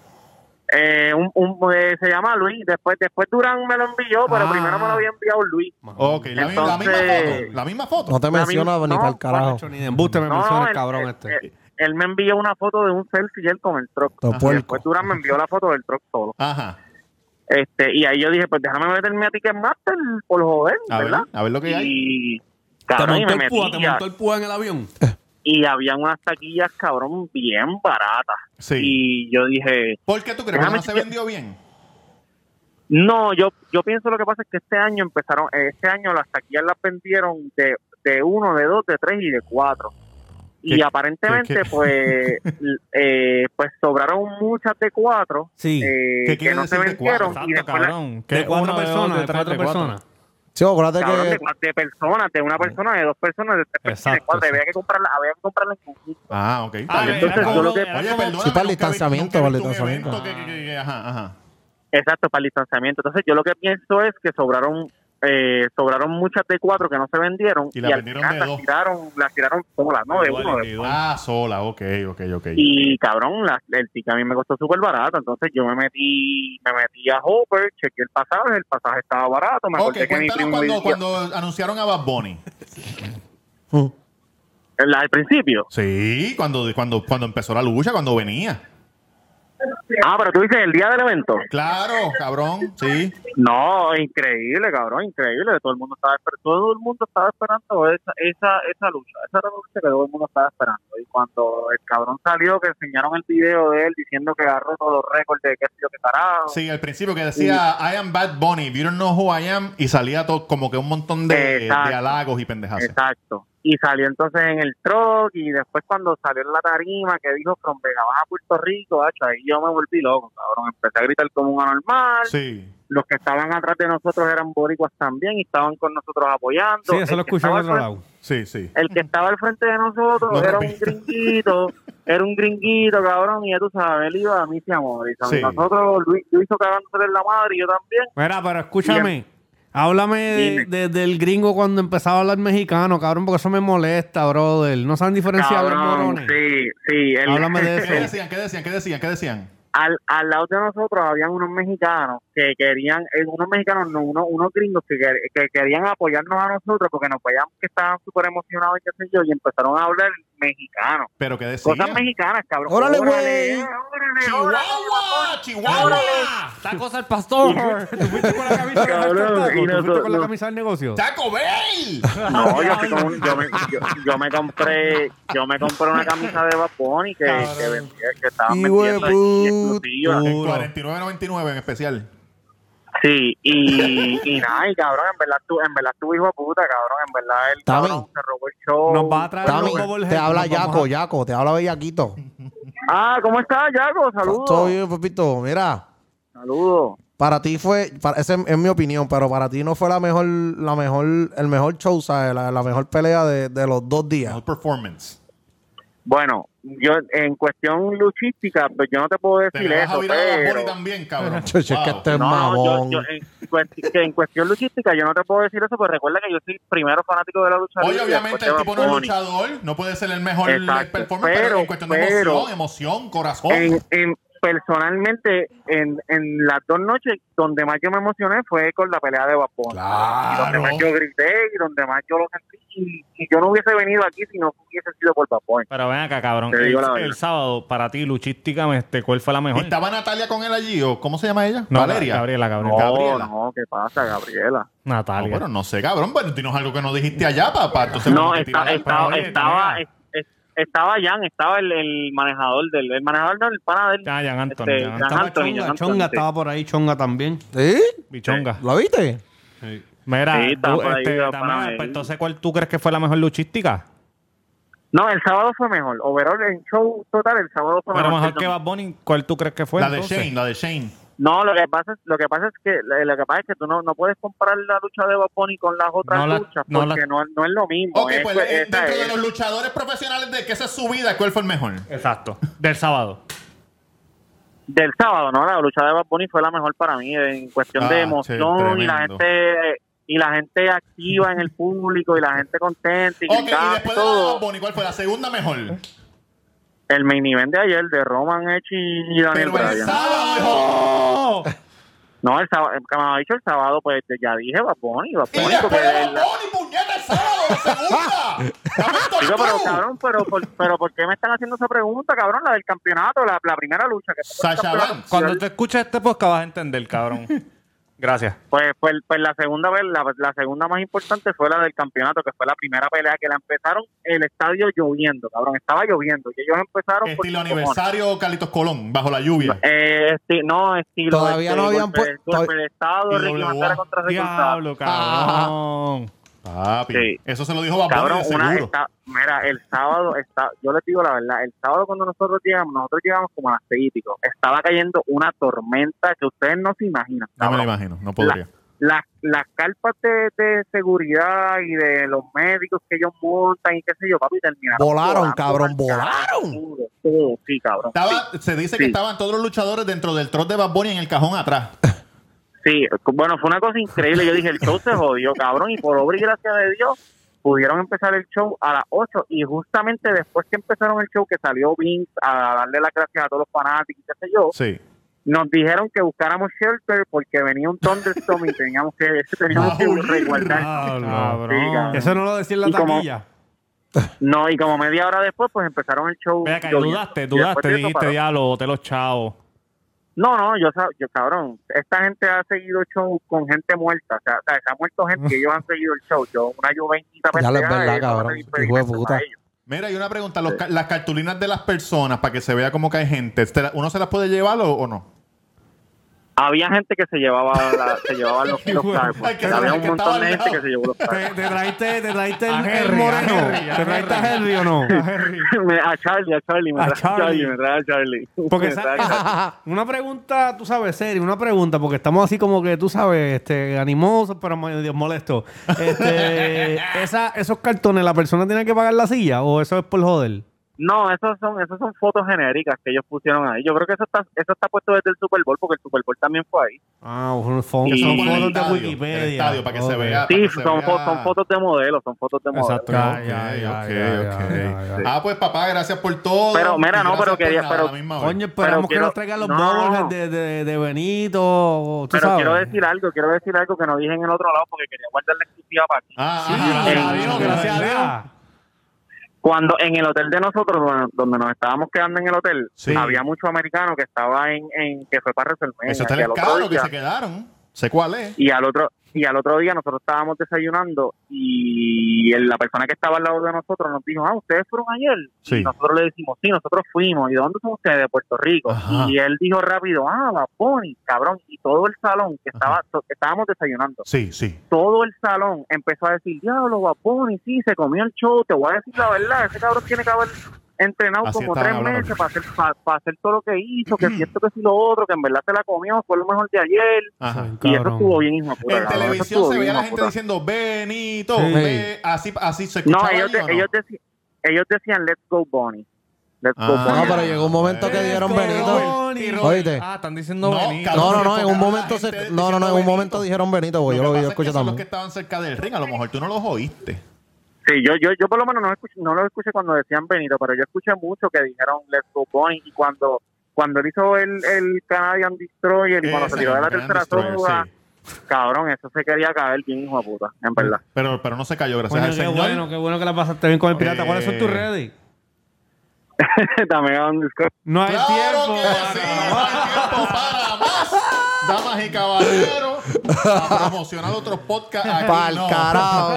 S8: Eh, un, un- eh, se llama Luis, después después Durán me lo envió, pero
S4: Ah.
S8: primero me lo había enviado Luis.
S5: Ok, la, mi- la misma
S8: Entonces-
S5: foto. La misma foto.
S7: No te menciona
S8: misma-
S7: ni
S8: no,
S7: para el carajo.
S4: Ni de embuste me
S8: No,
S4: menciona
S8: no,
S4: el
S8: él-
S4: cabrón
S8: él-
S4: este.
S8: él- él me envió una foto de un selfie y él con el truck.
S7: Todo
S8: Y
S7: puerco.
S8: después Durán me envió la foto del truck solo.
S5: Ajá.
S8: Este, y ahí yo dije, pues déjame meterme a Ticketmaster por joder,
S5: A ver,
S8: ¿verdad?
S5: a ver lo que hay.
S8: Y,
S4: Te
S8: cabrón, y
S4: montó
S8: me
S4: el púa,
S8: metí
S4: te
S8: a-
S4: montó el púa en el avión.
S8: y habían unas taquillas, cabrón, bien baratas.
S5: Sí.
S8: Y yo dije,
S5: ¿Por qué tú crees que
S8: Déjame
S5: no se
S8: chequear.
S5: vendió bien?
S8: no, yo yo pienso lo que pasa es que este año empezaron, eh, este año las taquillas las vendieron de, de uno, de dos, de tres y de cuatro. Y
S5: ¿Qué-
S8: aparentemente,
S5: qué- qué?
S8: pues,
S5: [LAUGHS]
S8: l- eh, pues sobraron muchas de cuatro
S4: Sí.
S8: eh,
S5: ¿Qué
S8: que
S5: quiere
S8: no se
S5: decir de cuatro?
S8: vendieron. y
S3: Exacto,
S8: después, la-
S3: cabrón.
S4: De
S3: Que
S4: cuatro
S3: uno, de dos,
S4: personas,
S3: de
S4: de
S3: tres,
S4: cuatro
S3: de cuatro.
S4: personas.
S7: Sí, acuérdate
S8: cabrón, de,
S7: que.
S8: cua- de personas, de una persona, de dos personas, de tres personas, de
S3: Exacto,
S8: cuatro. Había
S3: exacto.
S8: que comprarla, había que comprarla en conjunto.
S5: Ah, ok. está
S3: Ah,
S5: bien.
S3: era
S5: Está
S3: como-
S5: bien.
S3: era
S5: Oye, perdóname,
S3: como-
S7: Sí, para el
S5: nunca he visto-
S7: distanciamiento,
S5: nunca he
S7: para el
S5: visto un evento
S7: distanciamiento.
S5: que- que- que- Ajá, ajá.
S8: Exacto, para el distanciamiento. Entonces, yo lo que pienso es que sobraron eh, sobraron muchas de cuatro que no se vendieron
S5: Y
S8: y,
S5: las
S8: al
S5: vendieron
S8: final
S5: de
S8: las
S5: dos.
S8: tiraron, las tiraron solas, ¿no? De uno. de-
S5: Ah, sola, ok, ok, ok.
S8: Y cabrón, las- el ticket a mí me costó súper barato. Entonces, yo me metí me metí a Hopper, chequeé el pasaje, el pasaje estaba barato. Me
S5: ok,
S8: acordé que mi
S5: cuéntanos
S8: primo me
S5: cuando,
S8: decía-
S5: cuando anunciaron a Bad Bunny.
S8: la del principio.
S5: Sí, cuando, cuando, cuando empezó la lucha, cuando venía.
S8: Ah, pero tú dices el día del evento.
S5: Claro, cabrón, sí.
S8: No, increíble, cabrón, increíble. Todo el mundo estaba, esper- todo el mundo estaba esperando esa, esa, esa lucha. Esa era la lucha que todo el mundo estaba esperando. Y cuando el cabrón salió, que enseñaron el video de él diciendo que agarró todos los récords de qué sé yo qué carajo.
S5: Sí, al principio que decía I am Bad Bunny, if you don't know who I am, y salía todo como que un montón de, de
S8: Exacto.
S5: halagos y
S4: ah,
S5: pendejadas.
S8: Exacto. Y salió entonces en el truck y después cuando salió en la tarima que dijo from Vega Baja a Puerto Rico, hacho, ahí yo me volví loco, cabrón. Empecé a gritar como un anormal.
S5: Sí.
S8: Los que estaban atrás de nosotros eran boricuas también y estaban con nosotros apoyando.
S4: Sí, eso
S8: El
S4: lo
S8: que
S4: escuché en
S8: estaba
S4: otro
S8: al
S4: lado.
S5: Sí, sí.
S8: el que estaba al frente de nosotros
S5: No
S8: era un
S5: repita.
S8: gringuito, era un gringuito, cabrón, y ya tú sabes, él iba a mí se amó. Y
S5: Sí.
S8: nosotros, Luis, Luis hizo cagándose en la madre y yo también.
S4: Mira, pero escúchame. Háblame de-
S8: Dime.
S4: de- del gringo cuando empezaba a hablar mexicano, cabrón, porque eso me molesta, brother. No saben diferenciar los
S8: Cabrón,
S4: morones.
S8: sí, sí. el-
S4: Háblame de
S8: [LAUGHS]
S5: ¿Qué
S4: eso.
S5: decían? ¿Qué decían? ¿Qué decían? ¿Qué decían?
S8: al, al lado de nosotros habían unos mexicanos que querían, eh, unos mexicanos, no, unos, unos gringos que, quer- que querían apoyarnos a nosotros porque nos veían que estaban súper emocionados y qué sé yo, y empezaron a hablar mexicano.
S5: ¿Pero qué decían?
S8: Cosas mexicanas, cabrón.
S7: Órale, güey.
S8: órale, órale,
S5: ¡Chihuahua! ¡Chihuahua!
S4: Tacos al pastor. ¿Tú fuiste con la camisa del
S8: Cabrón,
S4: tacos?
S8: y
S4: ¿Tú fuiste
S8: nosotros-
S4: con la
S8: no.
S4: camisa del negocio?
S5: ¡Taco Bell!
S8: [LAUGHS] No, yo, fui con un- yo, me, yo, yo me compré yo me compré una camisa de Bad Bunny que, que, vendía- que estaba
S7: Hijo de
S8: vendiendo ahí exclusiva.
S5: En 49.99 en especial.
S8: Sí, y, y nada, y cabrón, en verdad tú, en verdad tu hijo de puta, cabrón, en verdad él
S7: Tami.
S8: cabrón, se robó el show.
S4: Nos va a traer
S7: Tami,
S4: loco Borges,
S7: te habla
S4: nos vamos
S7: Yaco,
S4: a-
S7: Yaco, te habla Bellaquito.
S8: Ah, ¿cómo estás, Yago?
S7: Todo
S8: Saludos.
S7: bien, papito. Mira,
S8: Saludos.
S7: para ti fue, para, esa es, es mi opinión, pero para ti no fue la mejor, la mejor, el mejor show, ¿sabes? La, la mejor pelea de, de los dos días.
S5: Mejor performance.
S8: Bueno, yo en cuestión luchística, pues yo no te puedo
S5: Te
S8: decir
S5: me vas a
S8: eso,
S5: virar a la
S8: pero...
S5: Bunny también, cabrón.
S7: Che, che, que
S5: Wow.
S7: este es
S8: No,
S7: mamón.
S8: no, yo, yo en, cuest- que en cuestión luchística yo no te puedo decir eso, pero recuerda que yo soy primero fanático de la lucha
S5: Oye,
S8: libre,
S5: obviamente
S8: después
S5: el
S8: de
S5: tipo
S8: Bad
S5: no es
S8: Bunny.
S5: luchador, no puede ser el mejor
S8: Exacto,
S5: performance, pero, en
S8: pero-
S5: cuestión
S8: pero-
S5: de emoción, emoción, corazón.
S8: en, en- personalmente en, en las dos noches donde más yo me emocioné fue con la pelea de vapor donde
S5: Claro.
S8: más yo grité y donde más yo lo sentí y, y yo no hubiese venido aquí si no hubiese sido por vapor
S3: Pero ven acá, cabrón.
S8: Te
S3: El,
S8: digo la verdad.
S3: el sábado, para ti, luchísticamente, ¿cuál fue la mejor?
S5: ¿Estaba Natalia con él allí o cómo se llama ella?
S3: No,
S5: Valeria.
S3: Gabriela,
S8: no
S3: Gabriela.
S5: Gabriela.
S8: no qué pasa Gabriela
S5: No,
S3: Natalia.
S5: bueno, no sé, cabrón. Bueno, dinos algo que no dijiste allá, papá. Entonces,
S8: no
S5: vamos a
S8: esta-
S5: tirar.
S8: esta-
S3: oye,
S8: estaba
S3: mira.
S8: es- es- estaba Jan, estaba el, el manejador del, el manejador del pana del
S3: Ah, Jan Anthony.
S8: Este,
S3: Jan
S8: Jan-
S4: Estaba
S8: Anthony,
S4: Chonga,
S8: Anthony,
S4: Chonga
S8: sí.
S4: estaba por ahí, Chonga también.
S7: ¿Sí?
S3: Bichonga.
S7: ¿Lo viste?
S3: Mira,
S8: Sí, está
S3: tú,
S8: por ahí,
S3: este,
S8: está
S3: Damián,
S8: para
S3: pues,
S8: ahí.
S3: entonces, ¿cuál tú crees que fue la mejor luchística?
S8: No, el sábado fue mejor. Overall, en show total, el sábado fue
S3: Pero
S8: mejor.
S3: mejor que Bad Bunny, ¿cuál tú crees que fue?
S5: la de
S3: entonces?
S5: Shane, la de Shane.
S8: No, lo que pasa es, lo que pasa es que eh, lo que pasa es que tú no, no puedes comparar la lucha de Bad Bunny con las otras
S3: No la-
S8: luchas
S3: no la-
S8: porque no, no es lo mismo.
S5: Ok,
S8: Es-
S5: pues eh,
S8: esa
S5: dentro de
S8: es.
S5: los luchadores profesionales de que esa es su vida, ¿cuál fue el mejor?
S3: Exacto. Del
S8: [LAUGHS]
S3: sábado.
S8: del sábado, ¿no? La lucha de Bad Bunny fue la mejor para mí en cuestión
S5: Ah,
S8: de
S5: sí,
S8: emoción y la
S5: tremendo.
S8: gente y la gente activa en el público y la gente contenta y
S5: Ok, y
S8: gritando
S5: después de
S8: y
S5: la de Bad
S8: todo.
S5: Bunny, ¿cuál fue la segunda mejor?
S8: El main event de ayer de Roman Edge y Daniel
S5: Pero el
S8: Bryan.
S5: sábado, hijo.
S3: Oh,
S8: No, el sábado, como ha dicho el sábado, pues ya dije Bad Bunny, Bad
S5: Y
S8: Bunny, porque
S5: después de Bad
S8: el-
S5: Bunny, puñeta, el sábado, la segunda. Dame esto
S8: [LAUGHS] Digo,
S5: tú.
S8: pero cabrón, pero por, pero ¿por qué me están haciendo esa pregunta, cabrón? La del campeonato, la, la primera lucha. Que fue por el
S5: Sasha
S8: campeonato
S5: Banks.
S3: Cuando
S8: mundial.
S3: te escuches este podcast vas a entender,
S8: [LAUGHS]
S3: cabrón. Gracias.
S8: Pues, pues, pues la segunda vez, la, la segunda más importante fue la del campeonato, que fue la primera pelea que la empezaron el estadio lloviendo, cabrón, estaba lloviendo. Y ellos empezaron por
S5: Estilo
S8: cojones.
S5: Este, aniversario Carlitos Colón, bajo la lluvia.
S8: Eh, esti- no, estilo. este,
S7: Todavía no habían
S8: golpe,
S7: pu-
S8: golpe de estado,
S5: Y
S8: Ricky
S5: doble
S8: Bandera
S5: voz.
S8: contra Ricky González.
S3: Diablo, cabrón.
S5: Papi,
S8: Sí.
S5: eso se lo dijo Bad Bunny
S8: Cabrón,
S5: de
S8: una
S5: Ah, seguro.
S8: está, mira, el sábado, está, yo les digo la verdad, el sábado cuando nosotros llegamos, nosotros llegamos como a las seis y pico, estaba cayendo una tormenta que ustedes no se imaginan.
S5: No me lo
S8: cabrón.
S5: imagino, no podría.
S8: las, las carpas de, de seguridad y de los médicos que ellos montan y qué sé yo, papi, terminaron.
S7: Volaron,
S8: volando
S7: cabrón,
S8: al
S7: volaron.
S8: carajo, todo, Sí, cabrón.
S5: Estaba, se dice que
S8: Sí.
S5: estaban todos los luchadores dentro del trot de Bad Bunny en el cajón atrás.
S8: Sí, bueno, fue una cosa increíble. Yo dije, el show se jodió, cabrón, y por obra y gracia de Dios pudieron empezar el show a las 8 y justamente después que empezaron el show que salió Vince a darle las gracias a todos los fanáticos y qué sé yo,
S5: [LAUGHS] Sí.
S8: nos dijeron que buscáramos shelter porque venía un thunderstorm y teníamos que, [LAUGHS] teníamos que
S5: Ah,
S8: resguardar.
S3: Diablo,
S8: Sí,
S3: cabrón.
S8: cabrón.
S4: Eso no lo decía en la
S8: ¿Y cómo?
S4: taquilla.
S8: No, y como media hora después, pues empezaron el show.
S3: Ve acá,
S8: Yo-
S3: dudaste,
S8: y después
S3: dudaste,
S8: de eso
S3: dijiste
S8: paró.
S3: diablo, te los chavos.
S8: No, no, yo, sab- yo, cabrón, esta gente ha seguido show con gente muerta. O sea, o sea, se ha muerto gente y ellos han seguido el show. Yo, una juventud
S7: Ya lo es verdad, cabrón. Hijo de puta.
S5: Mira, y una pregunta, los ca- las cartulinas de las personas para que se vea cómo cae gente, ¿se la- ¿uno se las puede llevar o, o no?
S8: Había gente que se llevaba, la- se llevaba los, los carbos.
S5: Ay, que se
S8: Había
S5: ve
S8: un
S5: que estaba
S8: montón
S5: al
S8: de gente
S5: lado.
S8: que se llevó los
S4: ¿Te,
S8: carbos.
S4: te traiste, te traíste
S3: A
S4: el, el
S3: Henry, a
S4: moreno?
S3: Henry, a
S4: ¿Te traíste a
S3: Henry.
S4: Henry o
S8: [LAUGHS]
S4: no?
S8: Me- a Charlie, a Charlie, me
S4: A
S8: trae
S4: Charlie.
S8: Charlie, me trae a Charlie.
S4: Porque
S8: Me
S4: sa-
S8: trae a Charlie.
S4: [LAUGHS] una pregunta, tú sabes, serio, una pregunta, porque estamos así como que, tú sabes, este, animosos, pero Dios molesto.
S5: [LAUGHS]
S4: Este, esa- esos cartones, ¿la persona tiene que pagar la silla o eso es por joder?
S8: No, esos son, esos son fotos genéricas que ellos pusieron ahí. Yo creo que eso está, eso está puesto desde el Super Bowl porque el Super Bowl también fue ahí.
S4: Ah, un fo-
S8: Y-
S4: son
S5: Eso pone en el
S4: fotos de
S5: estadio,
S4: Wikipedia.
S5: en el estadio, para que se
S4: Ok.
S5: vea. para
S8: Sí,
S5: que se
S8: son, fo-
S5: vea.
S8: son fotos de modelos, son fotos de modelos.
S3: Exacto.
S5: Ah,
S3: Ya,
S5: ok,
S3: ya, ya,
S5: ok,
S3: ya,
S5: ok.
S3: ya, ya,
S5: Ah, pues papá, gracias por todo.
S8: Pero, mira,
S5: Y
S8: no, pero
S5: gracias por
S8: quería-
S5: nada,
S8: pero-
S5: a la misma hora.
S4: Coño, esperamos que
S8: quiero-
S4: nos traigan los
S8: no.
S4: bubbles de, de, de Benito. o- ¿tú
S8: Pero
S4: sabes?
S8: quiero decir algo, quiero decir algo que no dije en el otro lado porque quería guardar la exclusiva para aquí.
S5: Ah,
S3: Sí,
S5: ah,
S3: gracias
S5: ah,
S3: a Dios, gracias a Dios.
S8: Cuando en el hotel de nosotros, donde, donde nos estábamos quedando en el hotel,
S5: Sí.
S8: había mucho americano que estaba en, en que fue para resolver.
S5: Eso está en el carro que se quedaron. Sé cuál es.
S8: y al otro y al otro día nosotros estábamos desayunando y el- la persona que estaba al lado de nosotros nos dijo, ah, ustedes fueron ayer.
S5: Sí.
S8: Y nosotros le decimos, sí, nosotros fuimos. ¿Y de dónde son ustedes? De Puerto Rico.
S5: Ajá.
S8: Y él dijo rápido, ah, la Pony, cabrón. Y todo el salón que estaba, to- que estábamos desayunando,
S5: Sí, sí.
S8: todo el salón empezó a decir, diablo, Baponi, sí, se comió el show, te voy a decir la verdad, ese cabrón tiene que haber entrenado
S5: Así
S8: como
S5: estaban
S8: tres
S5: hablando.
S8: meses para hacer, pa- para hacer todo lo que
S5: [CLEARS THROAT]
S8: hizo, que siento que sí lo otro, que en verdad se la comió, fue lo mejor de ayer,
S5: Ajá.
S8: y eso
S4: Cabrón.
S8: estuvo bien, hijo de puta,
S5: En
S8: cabrón, eso
S5: televisión
S8: estuvo
S5: se veía la
S8: bien, hijo de
S5: gente
S8: puta.
S5: diciendo Benito,
S4: Sí.
S5: ve", así, así se
S8: No,
S5: escuchaba.
S8: ellos,
S5: ahí,
S8: de-
S5: ¿o no?
S8: ellos, deci- ellos decían, let's go, Bonnie. Let's go,
S5: Ah.
S7: No,
S8: Bonnie.
S7: pero llegó un momento
S5: Eh,
S7: que dieron Benito. Oíste.
S3: Ah, están diciendo
S5: No,
S3: Benito.
S5: cabrón.
S7: No, no, no, en un
S5: Enfocada
S7: momento
S5: la gente
S7: se- no, no, no, en un
S5: diciendo
S7: momento
S5: Benito.
S7: dijeron Benito, porque yo lo
S5: que
S7: vi,
S5: pasa
S7: yo
S5: es que
S7: escuché
S5: son los que
S7: también.
S5: estaban cerca del ring, a lo mejor tú no los oíste.
S8: Sí, yo, yo, yo por lo menos no, escuché, no lo escuché cuando decían Benito, pero yo escuché mucho que dijeron Let's Go Boy y cuando, cuando él hizo el, el Canadian Destroyer y cuando
S5: Esa,
S8: se tiró de la
S5: Canadian
S8: tercera
S5: Destroyer,
S8: soga,
S5: sí.
S8: cabrón, eso se quería caer bien, hijo de puta, en verdad. [LAUGHS]
S5: Pero, pero no se cayó, gracias
S4: Coño,
S5: al
S4: qué
S5: Señor.
S4: bueno, qué bueno que la pasaste bien con el pirata.
S5: Eh.
S4: ¿Cuáles son tus redes?
S8: También a un disco-
S4: No hay
S5: ¡Claro
S4: tiempo.
S5: que sí!
S4: para-
S5: ¡No hay tiempo para más! Damas y caballeros, a promocionar otros podcasts. aquí
S7: Pa'l
S5: no.
S7: carajo,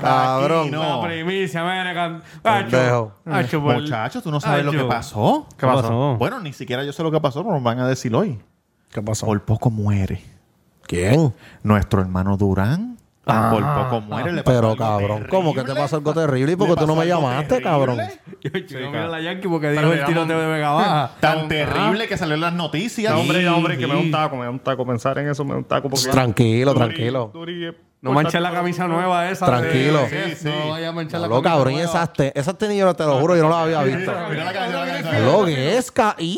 S7: Cabrón.
S5: Aquí
S4: No.
S5: no.
S4: La primicia, mira, can...
S7: Pendejo.
S4: Hacho, por-
S5: Muchachos, tú no sabes
S4: Hacho.
S5: lo que pasó.
S4: ¿Qué pasó?
S5: Bueno, ni siquiera yo sé lo que pasó, pero nos van a decir hoy.
S7: ¿Qué pasó?
S5: Por poco muere.
S7: ¿Quién?
S5: Nuestro hermano Durán. por poco muere. Le pasó
S7: Pero
S5: algo
S7: cabrón, ¿cómo que te
S5: terrible.
S7: pasó algo terrible? ¿Y por qué
S5: Le
S7: tú no
S5: pasó
S7: me
S5: algo
S7: llamaste,
S5: terrible.
S7: cabrón?
S4: Yo no mira
S3: claro.
S4: la Yankee porque dijo el
S3: digamos-
S4: tiroteo de Vega Baja.
S5: Tan terrible que salió en las noticias.
S3: No, hombre, no, hombre, que me da un taco, me da un taco. Pensar en eso me da un taco. Porque
S7: Tranquilo, tranquilo.
S3: Duri, Duri,
S4: No manches la camisa nueva esa.
S7: Tranquilo.
S4: de-
S5: Sí, sí.
S4: No vaya a manchar la
S7: Lo
S4: camisa
S7: cabrón, y
S4: nueva.
S7: esas, te esas tenis yo no te lo juro, yo no las había visto.
S5: Mira la cabeza, mira la cabeza.
S7: Lo que es, ca- ¡Ih,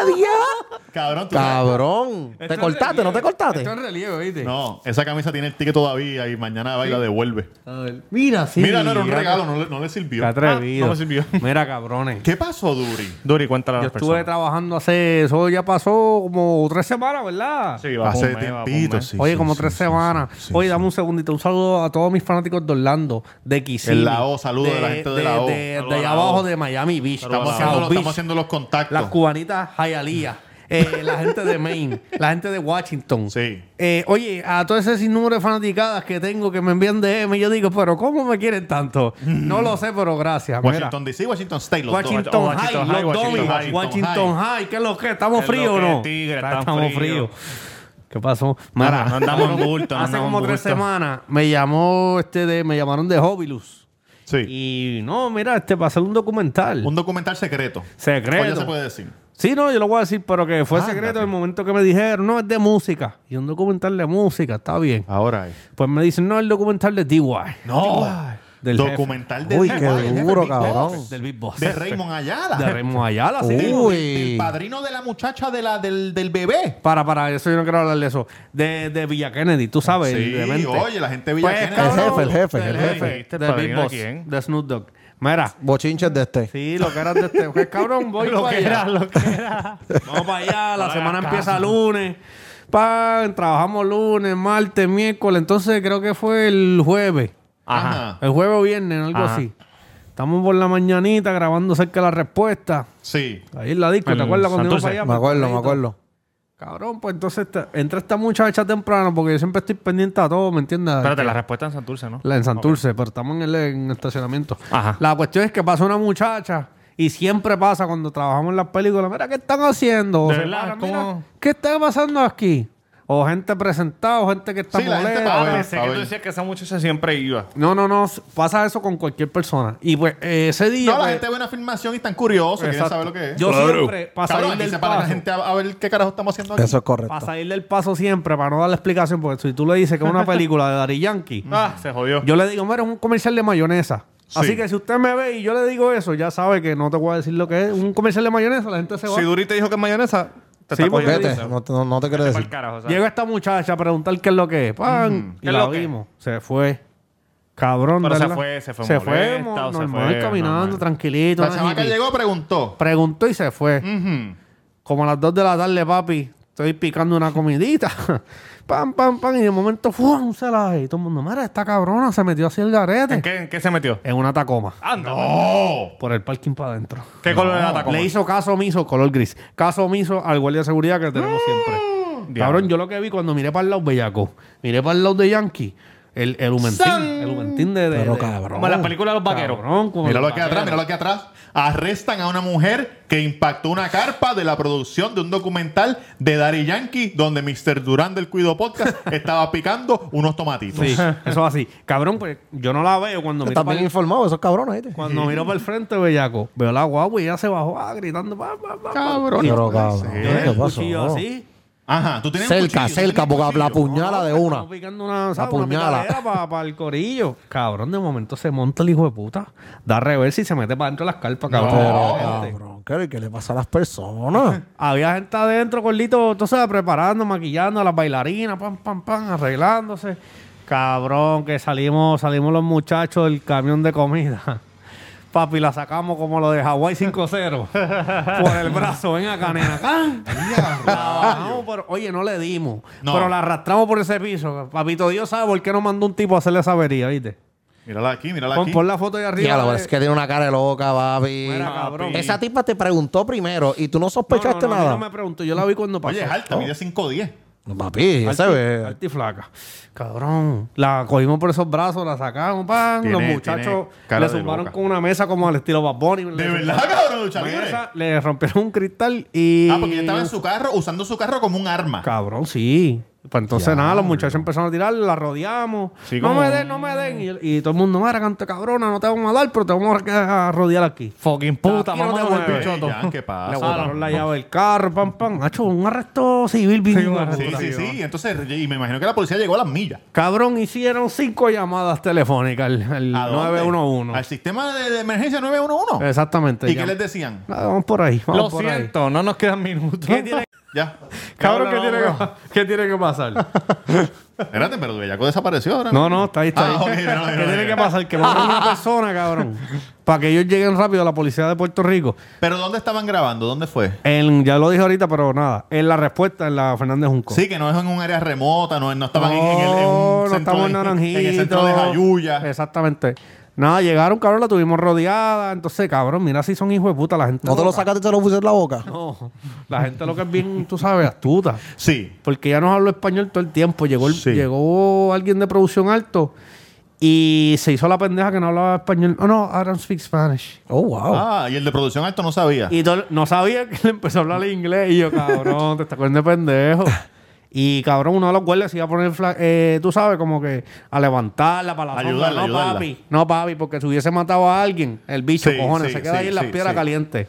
S7: adiós!
S5: Cabrón, tú
S7: Cabrón,
S4: Esto
S7: ¿te
S4: es
S7: cortaste?
S4: relieve.
S7: ¿No te cortaste?
S4: Esto es relieve, ¿viste?
S5: No, esa camisa tiene el ticket todavía y mañana va y la devuelve.
S4: A ver. Mira, sí.
S5: Mira, no era un
S4: ya-
S5: regalo, no le, no le sirvió.
S4: Qué atrevido.
S3: Ah, no me
S4: [LAUGHS]
S3: sirvió.
S4: Mira, cabrones.
S5: ¿Qué pasó, Duri?
S3: Duri, cuéntale a
S4: Yo
S3: las
S4: estuve
S3: personas.
S4: trabajando hace. Eso ya pasó como tres semanas, ¿verdad?
S3: Sí, va,
S5: Hace
S3: ponme, va,
S5: tiempito,
S3: ponme.
S5: sí.
S4: Oye,
S5: sí,
S4: como
S5: sí,
S4: tres
S5: sí,
S4: semanas.
S5: sí, sí,
S4: Oye,
S5: sí.
S4: dame un segundito. Un saludo a todos mis fanáticos de Orlando, de Kissimmee.
S5: En la O, saludo a la gente de la O.
S4: De, de
S5: Saludo a
S4: allá
S5: la O.
S4: abajo de Miami Beach.
S5: Estamos
S4: South
S5: haciendo, los,
S4: Beach.
S5: estamos haciendo los contactos.
S4: Las cubanitas Hialeah. eh, la gente de Maine, [LAUGHS] la gente de Washington.
S5: Sí.
S4: Eh, oye, a todo ese sinnúmero de fanaticadas que tengo que me envían DM, yo digo, pero ¿cómo me quieren
S5: [LAUGHS]
S4: tanto? No lo sé, pero gracias. Mira.
S5: Washington DC, Washington State, los
S4: Washington,
S3: dos. oh,
S4: High,
S3: Washington High,
S4: los
S3: Washington
S4: Dominic,
S5: High.
S4: Washington, High. ¿qué es lo que? ¿Estamos
S3: Es lo
S4: fríos o
S3: que,
S4: no?
S3: tigre,
S4: Está-
S3: están
S4: estamos
S3: fríos.
S4: fríos. ¿Qué pasó? Mara,
S3: no andamos en bulto, no
S4: [LAUGHS] hace
S3: andamos
S4: como
S3: en
S4: tres
S3: bulto.
S4: semanas me llamó este de, me llamaron de Hobilus.
S5: dos. Sí.
S4: Y no, mira, este pasó un documental.
S5: Un documental secreto.
S4: Secreto.
S5: O ya se puede decir.
S4: Sí, no, yo lo voy a decir, pero que
S3: Ah,
S4: fue secreto el momento que me dijeron, no, es de música. Y un documental de música, está bien.
S5: Ahora es.
S4: Pues me dicen, no, el documental de DY.
S5: No.
S4: Del
S5: documental de
S7: Uy,
S5: Jefe,
S7: qué
S5: el jefe
S7: duro,
S5: Big Boss.
S7: cabrón.
S4: Del Big Boss.
S5: De Raymond Ayala.
S4: De Raymond Ayala, sí.
S5: Del-
S7: Uy.
S5: del padrino de la muchacha de la, del, del bebé.
S4: Para, para, eso yo no quiero hablar de eso. De, de Villa Kennedy, tú sabes.
S5: Sí,
S4: el demente.
S5: oye, la gente de Villa
S4: Pues,
S5: Kennedy.
S4: cabrón,
S7: El jefe, el jefe, el
S4: del
S3: jefe.
S4: jefe, del Big
S3: ¿Padrino de
S4: Boss.
S3: quién?
S4: De Snoop Dogg. Mira.
S7: Bochinches de este.
S4: Sí, lo que era de este. pues, cabrón, voy para allá. Vamos para allá, la semana empieza lunes. Pan, trabajamos lunes, martes, miércoles. Entonces creo que fue el jueves.
S5: Ajá.
S4: El jueves o viernes, algo
S3: Ajá.
S4: así. Estamos por la mañanita grabando cerca de la respuesta.
S5: Sí.
S4: Ahí en la disco,
S3: El
S4: ¿te acuerdas cuando íbamos
S3: Santurce.
S4: para allá?
S7: Me acuerdo, me
S4: Por-
S7: acuerdo.
S4: Cabrón, pues entonces esta- entra esta muchacha temprano porque yo siempre estoy pendiente a todo, ¿me entiendes?
S3: Espérate, la respuesta en Santurce, ¿no?
S4: La en Santurce, pero estamos en el en el estacionamiento.
S3: Ajá.
S4: La cuestión es que pasa una muchacha y siempre pasa cuando trabajamos en las películas. Mira, ¿qué están haciendo?
S3: De
S4: Se
S3: verdad,
S4: paran,
S3: ¿cómo?
S4: mira, ¿Qué está pasando aquí? O gente presentada, o gente que está
S5: Sí, la gente
S4: molesta.
S5: pa' ver.
S3: Ah, Pensé que tú decías que esa muchacha siempre iba.
S4: No, no, no. Pasa eso con cualquier persona. Y pues eh, ese
S5: No,
S4: día...
S5: la
S4: pues,
S5: gente ve una filmación y están curiosos, quieren
S4: exacto.
S5: saber lo que es.
S4: Yo siempre, para
S5: Cabrón,
S4: salir
S5: aquí se
S4: del
S5: para la
S4: paso,
S5: gente a, a ver qué carajo estamos haciendo aquí.
S7: Eso es
S4: para
S7: correcto.
S4: salir del paso siempre, para no dar la explicación, porque si tú le dices que
S3: [LAUGHS]
S4: es una película de Dari Yankee...
S3: Ah, se jodió.
S4: Yo le digo, mira, es un comercial de mayonesa.
S5: Sí.
S4: Así que si usted me ve y yo le digo eso, ya sabe que no te voy a decir lo que es. Un comercial de mayonesa, la gente se va.
S3: Si Duri te dijo que es mayonesa, te
S4: Sí,
S3: está
S4: porque-
S3: cogiendo.
S7: Vete, no, te- no- no te quiero
S3: Pa'l
S7: decir.
S3: carajo, ¿sabes?
S4: Llega esta muchacha a preguntar qué es lo que es. ¡Pam!
S3: ¿Qué
S4: Y
S3: es
S4: la
S3: lo que es?
S4: vimos. Se fue. Cabrón.
S3: Pero se
S4: ¿verdad?
S3: fue- se fue
S4: Se fue
S3: molesta,
S4: mo-
S3: o se
S4: normal,
S3: fue
S4: caminando,
S3: normal.
S4: tranquilito.
S5: La
S4: no es
S5: chamaca
S4: hippie.
S5: llegó, preguntó.
S4: Preguntó y se fue.
S5: Ujú.
S4: Como a las 2 de la tarde, papi, estoy picando una comidita. [LAUGHS] pam, pam, pam. Y de momento, ¡fum! Se la y todo el mundo, mira, esta cabrona se metió así el garete.
S3: ¿En qué, en qué se metió?
S4: En una tacoma.
S5: ¡No!
S4: Por el parking para adentro.
S3: ¿Qué color era la tacoma?
S4: Le hizo caso omiso, color gris. Caso omiso al guardia de seguridad que tenemos siempre. Cabrón, yo lo que vi cuando miré para el lado bellaco, miré para el lado de Yankee, el, el humentín. El humentín de, de-
S7: Pero
S4: de-
S7: cabrón.
S3: Como en las películas de los vaqueros.
S4: Cabrón, como
S5: Míralo
S4: los
S5: aquí atrás,
S4: vaqueros.
S5: míralo aquí atrás. Arrestan a una mujer que impactó una carpa de la producción de un documental de Dari Yankee, donde Mr. Durán del Cuido Podcast
S4: [LAUGHS]
S5: estaba picando unos tomatitos.
S4: Sí, eso así. Cabrón, pues yo no la veo cuando miro
S7: Están
S4: para
S7: bien
S4: el,
S7: informados esos cabrones, ¿viste?
S4: cuando miro para el frente, bellaco. Veo la guagua y ella se bajó ah, gritando. pa, pa, pa, pa.
S5: Cabrón.
S7: Pero
S5: no puede
S7: cabrón,
S5: ser.
S4: Yo le
S7: ¿qué pasó?
S4: cuchillo así.
S5: Ajá, tú tienes un
S7: Cerca,
S5: cuchillo, tú
S7: cerca,
S5: tienes un
S7: porque la
S5: cuchillo.
S7: puñala de una.
S4: Estamos picando una, ¿sabes?
S7: Una
S4: una
S7: puñala.
S4: para el corillo. Cabrón, de momento se monta el hijo de puta. Da reversa y se mete para dentro de las carpas, cabrón.
S7: Pero
S4: Gente.
S7: cabrón, ¿qué qué le pasa a
S4: [LAUGHS]
S7: las personas?
S4: Había gente adentro, Corlito, tú sabes, preparando, maquillando a las bailarinas, pam, pam, pam, arreglándose. Cabrón, que salimos, salimos los muchachos del camión de comida. [LAUGHS] Papi, la sacamos como lo de Hawái
S5: [LAUGHS]
S4: 5-0. por el brazo, ven acá, nena. ¡Can! La bajamos, pero- oye, no le dimos.
S5: No.
S4: Pero la arrastramos por ese piso. Papito Dios sabe por qué no mandó un tipo a hacerle esa avería, ¿viste?
S5: Mírala aquí, mírala
S4: Pon,
S5: aquí.
S4: pon la foto ahí arriba.
S7: Diablo,
S4: de-
S7: es que tiene una cara de loca, papi.
S4: Mira, cabrón.
S7: Esa tipa te preguntó primero y tú no
S4: No, no,
S7: sospechaste
S4: no, a mí
S7: nada.
S4: No me pregunto, yo la vi cuando pasó.
S5: Oye, es alta, mide 5'10.
S7: No, Papi, ya se ve.
S4: Alta y flaca. Cabrón. La cogimos por esos brazos, la sacamos, pan.
S5: Tiene-
S4: Los muchachos
S5: tiene cara
S4: le
S5: de
S4: zumbaron
S5: loca.
S4: con una mesa como al estilo Bad Bunny.
S5: De verdad, cabrón, chavales.
S4: Mesa,
S5: Ah,
S4: le rompieron un cristal y.
S5: porque ella estaba en su carro, usando su carro como un arma.
S4: Cabrón, sí. Pues entonces nada, los muchachos empezaron a tirar, la rodeamos.
S3: Sí,
S4: no
S3: como-
S4: me den, no me den. Y, y todo el mundo, mira, canto cabrona, no te vamos a dar, pero te vamos a a rodear aquí.
S3: Fucking puta,
S4: Aquí no
S3: vamos
S4: te
S3: a volver,
S4: mueves.
S5: Ey,
S3: choto.
S5: Jan, ¿Qué
S4: Le
S5: pasa?
S4: botaron la llave del carro, pam, pam. Hacho, un arresto civil bien
S3: Sí, un
S4: hijo de
S3: arresto
S5: Sí,
S4: puta.
S5: sí, sí. Y Entonces, y me imagino que la policía llegó a las millas.
S4: Cabrón, hicieron cinco llamadas telefónicas al, al
S5: ¿A dónde?
S4: 911.
S5: Al sistema de, de emergencia 911.
S4: Exactamente.
S5: ¿Y
S4: ya.
S5: qué les decían?
S4: Ah, vamos por ahí. Vamos
S3: Lo
S4: por ahí.
S3: siento, no nos quedan minutos.
S4: ¿Qué
S3: [LAUGHS]
S4: tiene-
S5: Ya.
S4: Cabrón,
S5: Ya
S4: ¿qué, tiene
S5: hablaron.
S4: que, ¿qué tiene que pasar?
S5: Espérate, pero Bellaco desapareció ahora.
S4: No, no, está ahí, está ahí.
S5: Ah,
S4: [LAUGHS]
S5: ok, no,
S4: ¿Qué
S5: no,
S4: tiene
S5: no.
S4: que pasar? Que maten a una persona, cabrón. [LAUGHS] Para que ellos lleguen rápido a la policía de Puerto Rico.
S5: Pero ¿dónde estaban grabando? ¿Dónde fue?
S4: En- ya lo dije ahorita, pero nada. En la respuesta, en la Fernández Junco.
S5: Sí, que no es en un área remota, no, no estaban en- en, el, en
S4: No,
S5: un
S4: no
S5: centro
S4: estamos en
S5: de-
S4: Naranjito.
S5: en el centro de Jayuya.
S4: Exactamente. Nada, llegaron, cabrón, la tuvimos rodeada. Entonces, cabrón, mira si son hijos de puta la gente.
S7: ¿No te lo
S4: loca.
S7: sacaste y te lo pusiste en la boca?
S4: No, la gente lo que es bien, tú sabes, astuta.
S5: Sí.
S4: Porque ya nos habló español todo el tiempo. Llegó, el-
S5: Sí.
S4: llegó alguien de producción alto y se hizo la pendeja que no hablaba español. Oh, no, I don't speak Spanish.
S7: Oh, wow.
S5: Ah, y el de producción alto no sabía.
S4: Y todo- no sabía que le empezó a hablar inglés. Y yo, cabrón, te estás cogiendo de pendejo. Y cabrón, uno de los guardias se iba a poner, fla- eh, tú sabes, como que a levantarla para la sombra.
S5: Ayudarla,
S4: No,
S5: ayudarla.
S4: papi. No, papi, porque si hubiese matado a alguien, el bicho,
S5: Sí,
S4: cojones,
S5: sí,
S4: se queda
S5: sí,
S4: ahí en las
S5: sí,
S4: piedras
S5: sí.
S4: calientes.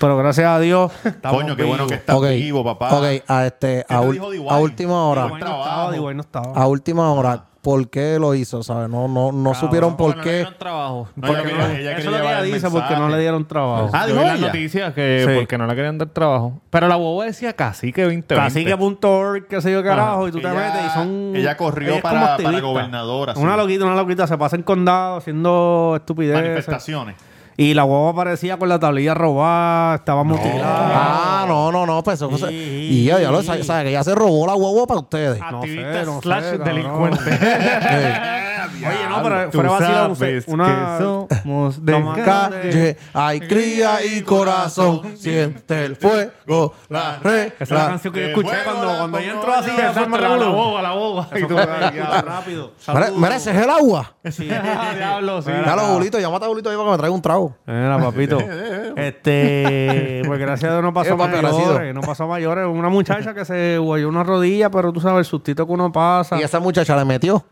S4: Pero gracias a Dios. estamos
S5: Coño, qué bueno
S4: vivos.
S5: que está
S7: Ok,
S5: vivo, papá.
S7: Ok, a, este,
S5: ¿Qué
S7: a,
S5: te
S7: ul-
S5: dijo D.Y.?
S7: a última
S5: Qué
S7: hora.
S5: bueno.
S4: Bueno, estaba,
S5: trabajo.
S4: digo, ahí no estaba.
S7: A última
S5: Ah.
S7: hora. ¿Por qué lo hizo? ¿Sabes? No, no, no supieron por qué.
S3: trabajo.
S5: No,
S4: Porque
S5: ella
S4: no-
S5: quería- ella
S4: eso
S5: quería
S4: es lo que ella
S5: llevar el
S4: dice, porque no
S5: mensaje.
S4: le dieron trabajo.
S5: Ah,
S3: Yo
S5: dijo
S3: vi las
S5: ella.
S3: noticias que
S4: Sí.
S3: porque no le querían dar trabajo. Pero la boba decía casi que 20
S4: Cacique.org, qué sé yo, carajo,
S5: Ajá.
S4: y tú te
S5: Ah, Ella-
S4: metes y son.
S5: ella corrió
S4: es como
S5: para- para
S4: activista.
S5: gobernadora, sí.
S4: Una loquita, una loquita, se pasa en condado haciendo estupideces.
S5: Manifestaciones.
S4: Y la guagua aparecía con la tablilla robada, estaba mutilada.
S7: Ah, no, no, no, pues eso fue- Y ya, ya lo sabes, sabe que ya se robó la guagua para ustedes.
S4: no sé,
S3: Activista
S4: no sé,
S3: slash [LAUGHS]
S4: cabrón.
S3: delincuente.
S4: Oye, no, pero fuera vacilado. Una.
S3: somos
S4: de
S7: Calle, hay cría y corazón, siente el fuego, la red.
S4: Esa es la canción que yo
S5: de
S4: escuché
S5: juego,
S4: cuando,
S5: la
S4: cuando ella
S5: pongo
S4: entró así
S5: yo,
S4: de
S5: la
S4: forma
S3: la
S4: regular.
S3: boba, la boba. [LAUGHS] Y tú,
S4: rápido.
S7: Mira, mira, ese es el agua.
S4: Sí.
S3: [LAUGHS] diablo, sí.
S7: Dale, Julito, llámate a Julito ahí para que me traiga un trago.
S4: Mira,
S5: [LAUGHS]
S4: papito.
S5: Eh,
S4: este, pues gracias a Dios no pasó
S7: Eh, papi,
S4: mayores.
S7: agradecido.
S4: No pasó mayores. Una muchacha que se guayó una rodilla, pero tú sabes el sustito que uno pasa.
S7: Y esa muchacha le metió.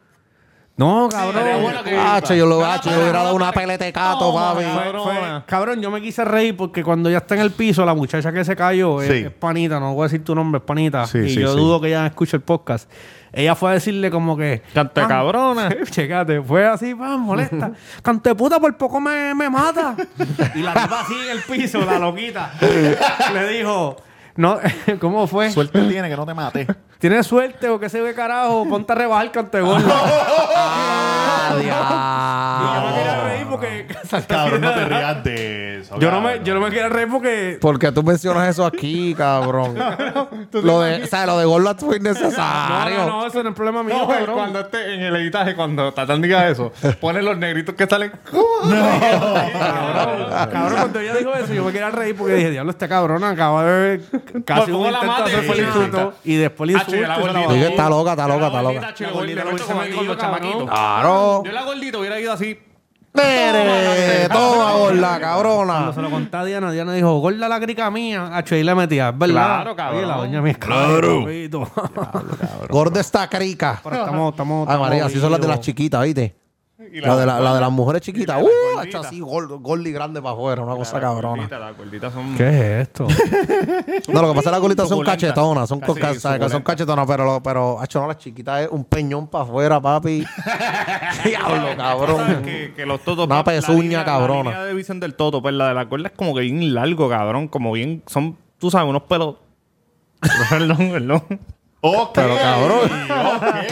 S4: No, cabrón.
S7: Ah, che, yo lo ah, che, yo le hubiera dado una pelete cato, papi.
S4: Fue- fue- cabrón, yo me quise reír porque cuando ya está en el piso, la muchacha que se cayó es,
S5: Sí.
S4: es panita, no voy a decir tu nombre, es panita.
S5: Sí,
S4: y
S5: sí,
S4: yo
S5: sí.
S4: dudo que ella escuche el podcast. Ella fue a decirle como que.
S3: Canta
S4: "Ah, [LAUGHS]
S3: cabrona".
S4: Checate, fue así, pa,
S5: [LAUGHS]
S4: molesta. Cante puta, por poco me, me mata. y la tipa así en el piso, la loquita. le dijo. No, [LAUGHS] ¿cómo fue?
S5: Suerte tiene que no te
S4: [LAUGHS]
S5: mate.
S4: ¿Tienes suerte o qué se ve carajo? Ponte a rebajar cante gordo.
S5: [LAUGHS]
S4: Y yo me quería reír porque [LAUGHS]
S5: Cabrón, no te rías de eso.
S4: yo no me,
S5: cabrón.
S4: yo no me quería reír porque
S7: ¿Por qué tú mencionas eso
S3: [LAUGHS]
S7: aquí, cabrón? lo de, o sea, lo de Gorlat fue innecesario.
S4: No, no, no, eso no es problema mío,
S3: No, pues,
S4: cabrón.
S3: cuando esté en el editaje, cuando Tatán diga
S7: [LAUGHS]
S3: eso, ponen los negritos que salen. [LAUGHS] Ah,
S4: Cabrón, cabrón, cuando ella dijo eso, yo me quería reír porque dije, diablo, esta cabrona acaba de ver casi
S3: Pues,
S4: un
S3: ¿cómo la
S4: intento de
S3: mata?
S4: hacer por el
S3: Sí,
S4: insulto
S3: sí.
S4: y después el
S3: Ah,
S4: insulto.
S3: chica, la
S4: y se la
S3: gordita.
S4: bajó.
S7: Dije, está loca, está loca, está
S3: La
S7: loca.
S3: gordita, chico,
S4: La gordita
S3: le
S4: lo hubiese
S3: meto con
S4: metido,
S3: los
S4: cabrón.
S3: chamaquitos.
S7: Claro.
S3: Yo la gordita hubiera ido así.
S7: Tere, toma,
S4: Cuando se
S7: Gorlat, cabrona.
S4: lo conté a Diana, Diana dijo, gorda la crica mía. Acho, ahí la metía, es verdad.
S3: Claro, cabrón.
S4: Oye, la doña mía es [LAUGHS] claro. papito.
S7: Gorda está crica.
S4: Pero
S3: Ah,
S4: estamos, estamos.
S7: Ay, María, así son las de las
S4: chicas.
S7: chiquitas, ¿viste?
S3: Y
S7: La de, la, la de las mujeres chiquitas.
S3: y la
S7: Uh,
S3: gordita.
S7: hecho así, gol, gol y grande para afuera, una cosa cabrona.
S3: Gordita, las gorditas son.
S4: ¿Qué es esto?
S7: No, lo que pasa es que las gorditas son
S3: Suculenta.
S7: cachetonas, son,
S3: Sí,
S7: coca- ¿sabes?
S3: suculenta.
S7: son cachetonas, pero, lo- pero hecho, no, las chiquitas es un peñón para afuera, papi.
S3: [LAUGHS]
S7: Diablo,
S3: ¿Sabes
S7: cabrón.
S3: Que, que los totos.
S7: Una
S3: pues, la
S7: pezuña
S3: línea-
S7: cabrona.
S3: La línea de Vicente del Toto, pues la de la gorda es como que bien largo, cabrón. Como bien. Son, tú sabes, unos pelos. [LAUGHS] perdón, perdón.
S5: Ok.
S7: Pero, cabrón.
S5: Ok.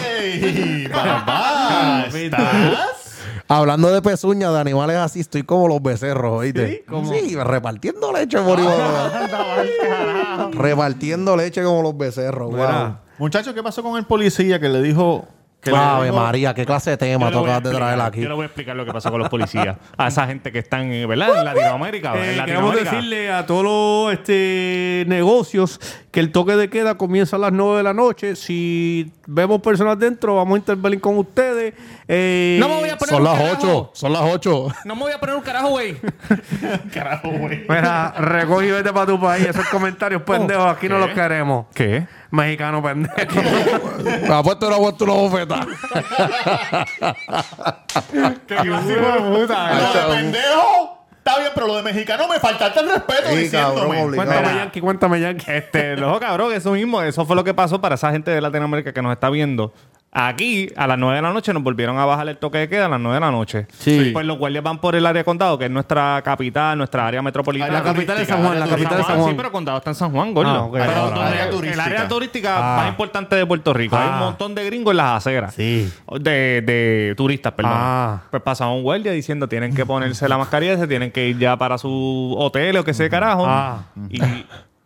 S5: Papá. ¿Estás?
S7: Hablando de pezuñas, de animales así, estoy como los becerros, ¿oíste? ¿Sí? repartiendo leche, moribundo. repartiendo leche como los becerros,
S4: Mira.
S7: wow.
S5: Muchachos, ¿qué pasó con el policía que le dijo Que le
S7: Ave
S5: vengo-
S7: María, qué clase de
S3: Yo
S7: tema
S3: le voy a
S7: tocas de traer
S3: explicar-
S7: aquí.
S3: Yo le voy a explicar lo que pasó con los policías. A esa gente que están, eh, ¿verdad? En Latinoamérica. ¿verdad?
S4: Eh,
S3: en
S4: queremos
S3: Latinoamérica.
S4: decirle a todos los este, negocios que el toque de queda comienza a las 9 de la noche. Si vemos personas dentro, vamos a intervenir con ustedes. Eh,
S9: No me voy a poner
S7: Son
S9: un
S7: las
S9: carajo.
S7: 8, son las 8.
S9: No me voy a poner un carajo, güey.
S3: Carajo, güey.
S4: Mira, recoge y vete para tu país. Esos
S3: [LAUGHS]
S4: comentarios pendejos aquí no
S3: ¿qué?
S4: los queremos.
S3: ¿Qué?
S4: Mexicano pendejo.
S3: [LAUGHS]
S7: Me ha puesto una vuelta
S9: [LAUGHS]
S7: una bofeta.
S5: ¡Qué
S3: Ah,
S5: clásico de
S3: [LAUGHS]
S5: puta! ¡Lo de pendejo! Está bien, pero lo de mexicano me faltaste el respeto
S7: Sí, cabrón,
S5: diciéndome.
S7: obligado.
S4: Cuéntame, Yankee, cuéntame, Yankee.
S3: Este, loco, cabrón, eso mismo, eso fue lo que pasó para esa gente de Latinoamérica que nos está viendo. Aquí, a las 9 de la noche, nos volvieron a bajar el toque de queda a las 9 de la noche.
S4: Sí.
S3: Pues los guardias van por el área de condado, que es nuestra capital, nuestra área metropolitana.
S5: La capital es San Juan, la
S4: capital es San Juan.
S3: Sí, pero condado está en San Juan, gordo.
S4: Ah, ok.
S3: Pero
S4: Área-
S3: donde-
S5: área
S3: el
S5: turística.
S3: área turística
S4: Ah.
S3: más importante de Puerto Rico. Hay un
S4: Ah.
S3: montón de gringos en las aceras.
S4: Sí.
S3: De, de turistas, perdón.
S4: Ah.
S3: Pues pasaba un guardia diciendo tienen que ponerse la mascarilla, se tienen que ir ya para su hotel o que sea carajo.
S4: Ah.
S3: Y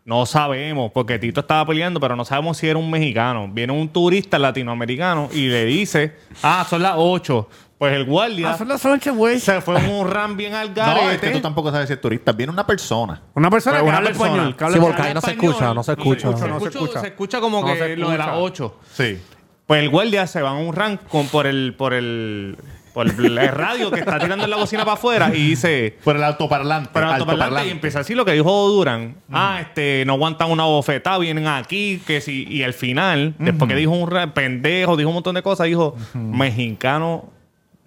S3: no sabemos, porque Tito estaba peleando, pero no sabemos si era un mexicano. Viene un turista latinoamericano y le dice, ah, son las 8. Pues el
S9: Ah,
S3: guardia
S4: las 8, güey.
S3: se fue en un ram bien al
S5: No, es
S3: garete.
S5: que tú tampoco sabes si es turista. Viene una persona.
S4: Una persona
S3: Pero Pues
S4: que
S3: una
S4: habla
S3: persona.
S4: español. que habla
S7: Sí,
S4: español.
S7: porque ahí no se escucha, no se escucha.
S3: Se
S4: no se
S3: escucha-
S4: escucha.
S3: se escucha como
S4: No
S3: que
S4: se
S3: lo de las
S4: escucha.
S3: 8.
S5: Sí.
S3: Pues el guardia se va a un rank con, por el por el por el radio que está tirando en la bocina para afuera y dice
S5: Por el autoparlante.
S3: pero altoparlante y empieza así lo que dijo Durán. Ah, este, no aguantan una bofetada, vienen aquí, que si y al final, después que dijo un ra- pendejo, dijo un montón de cosas, dijo mexicano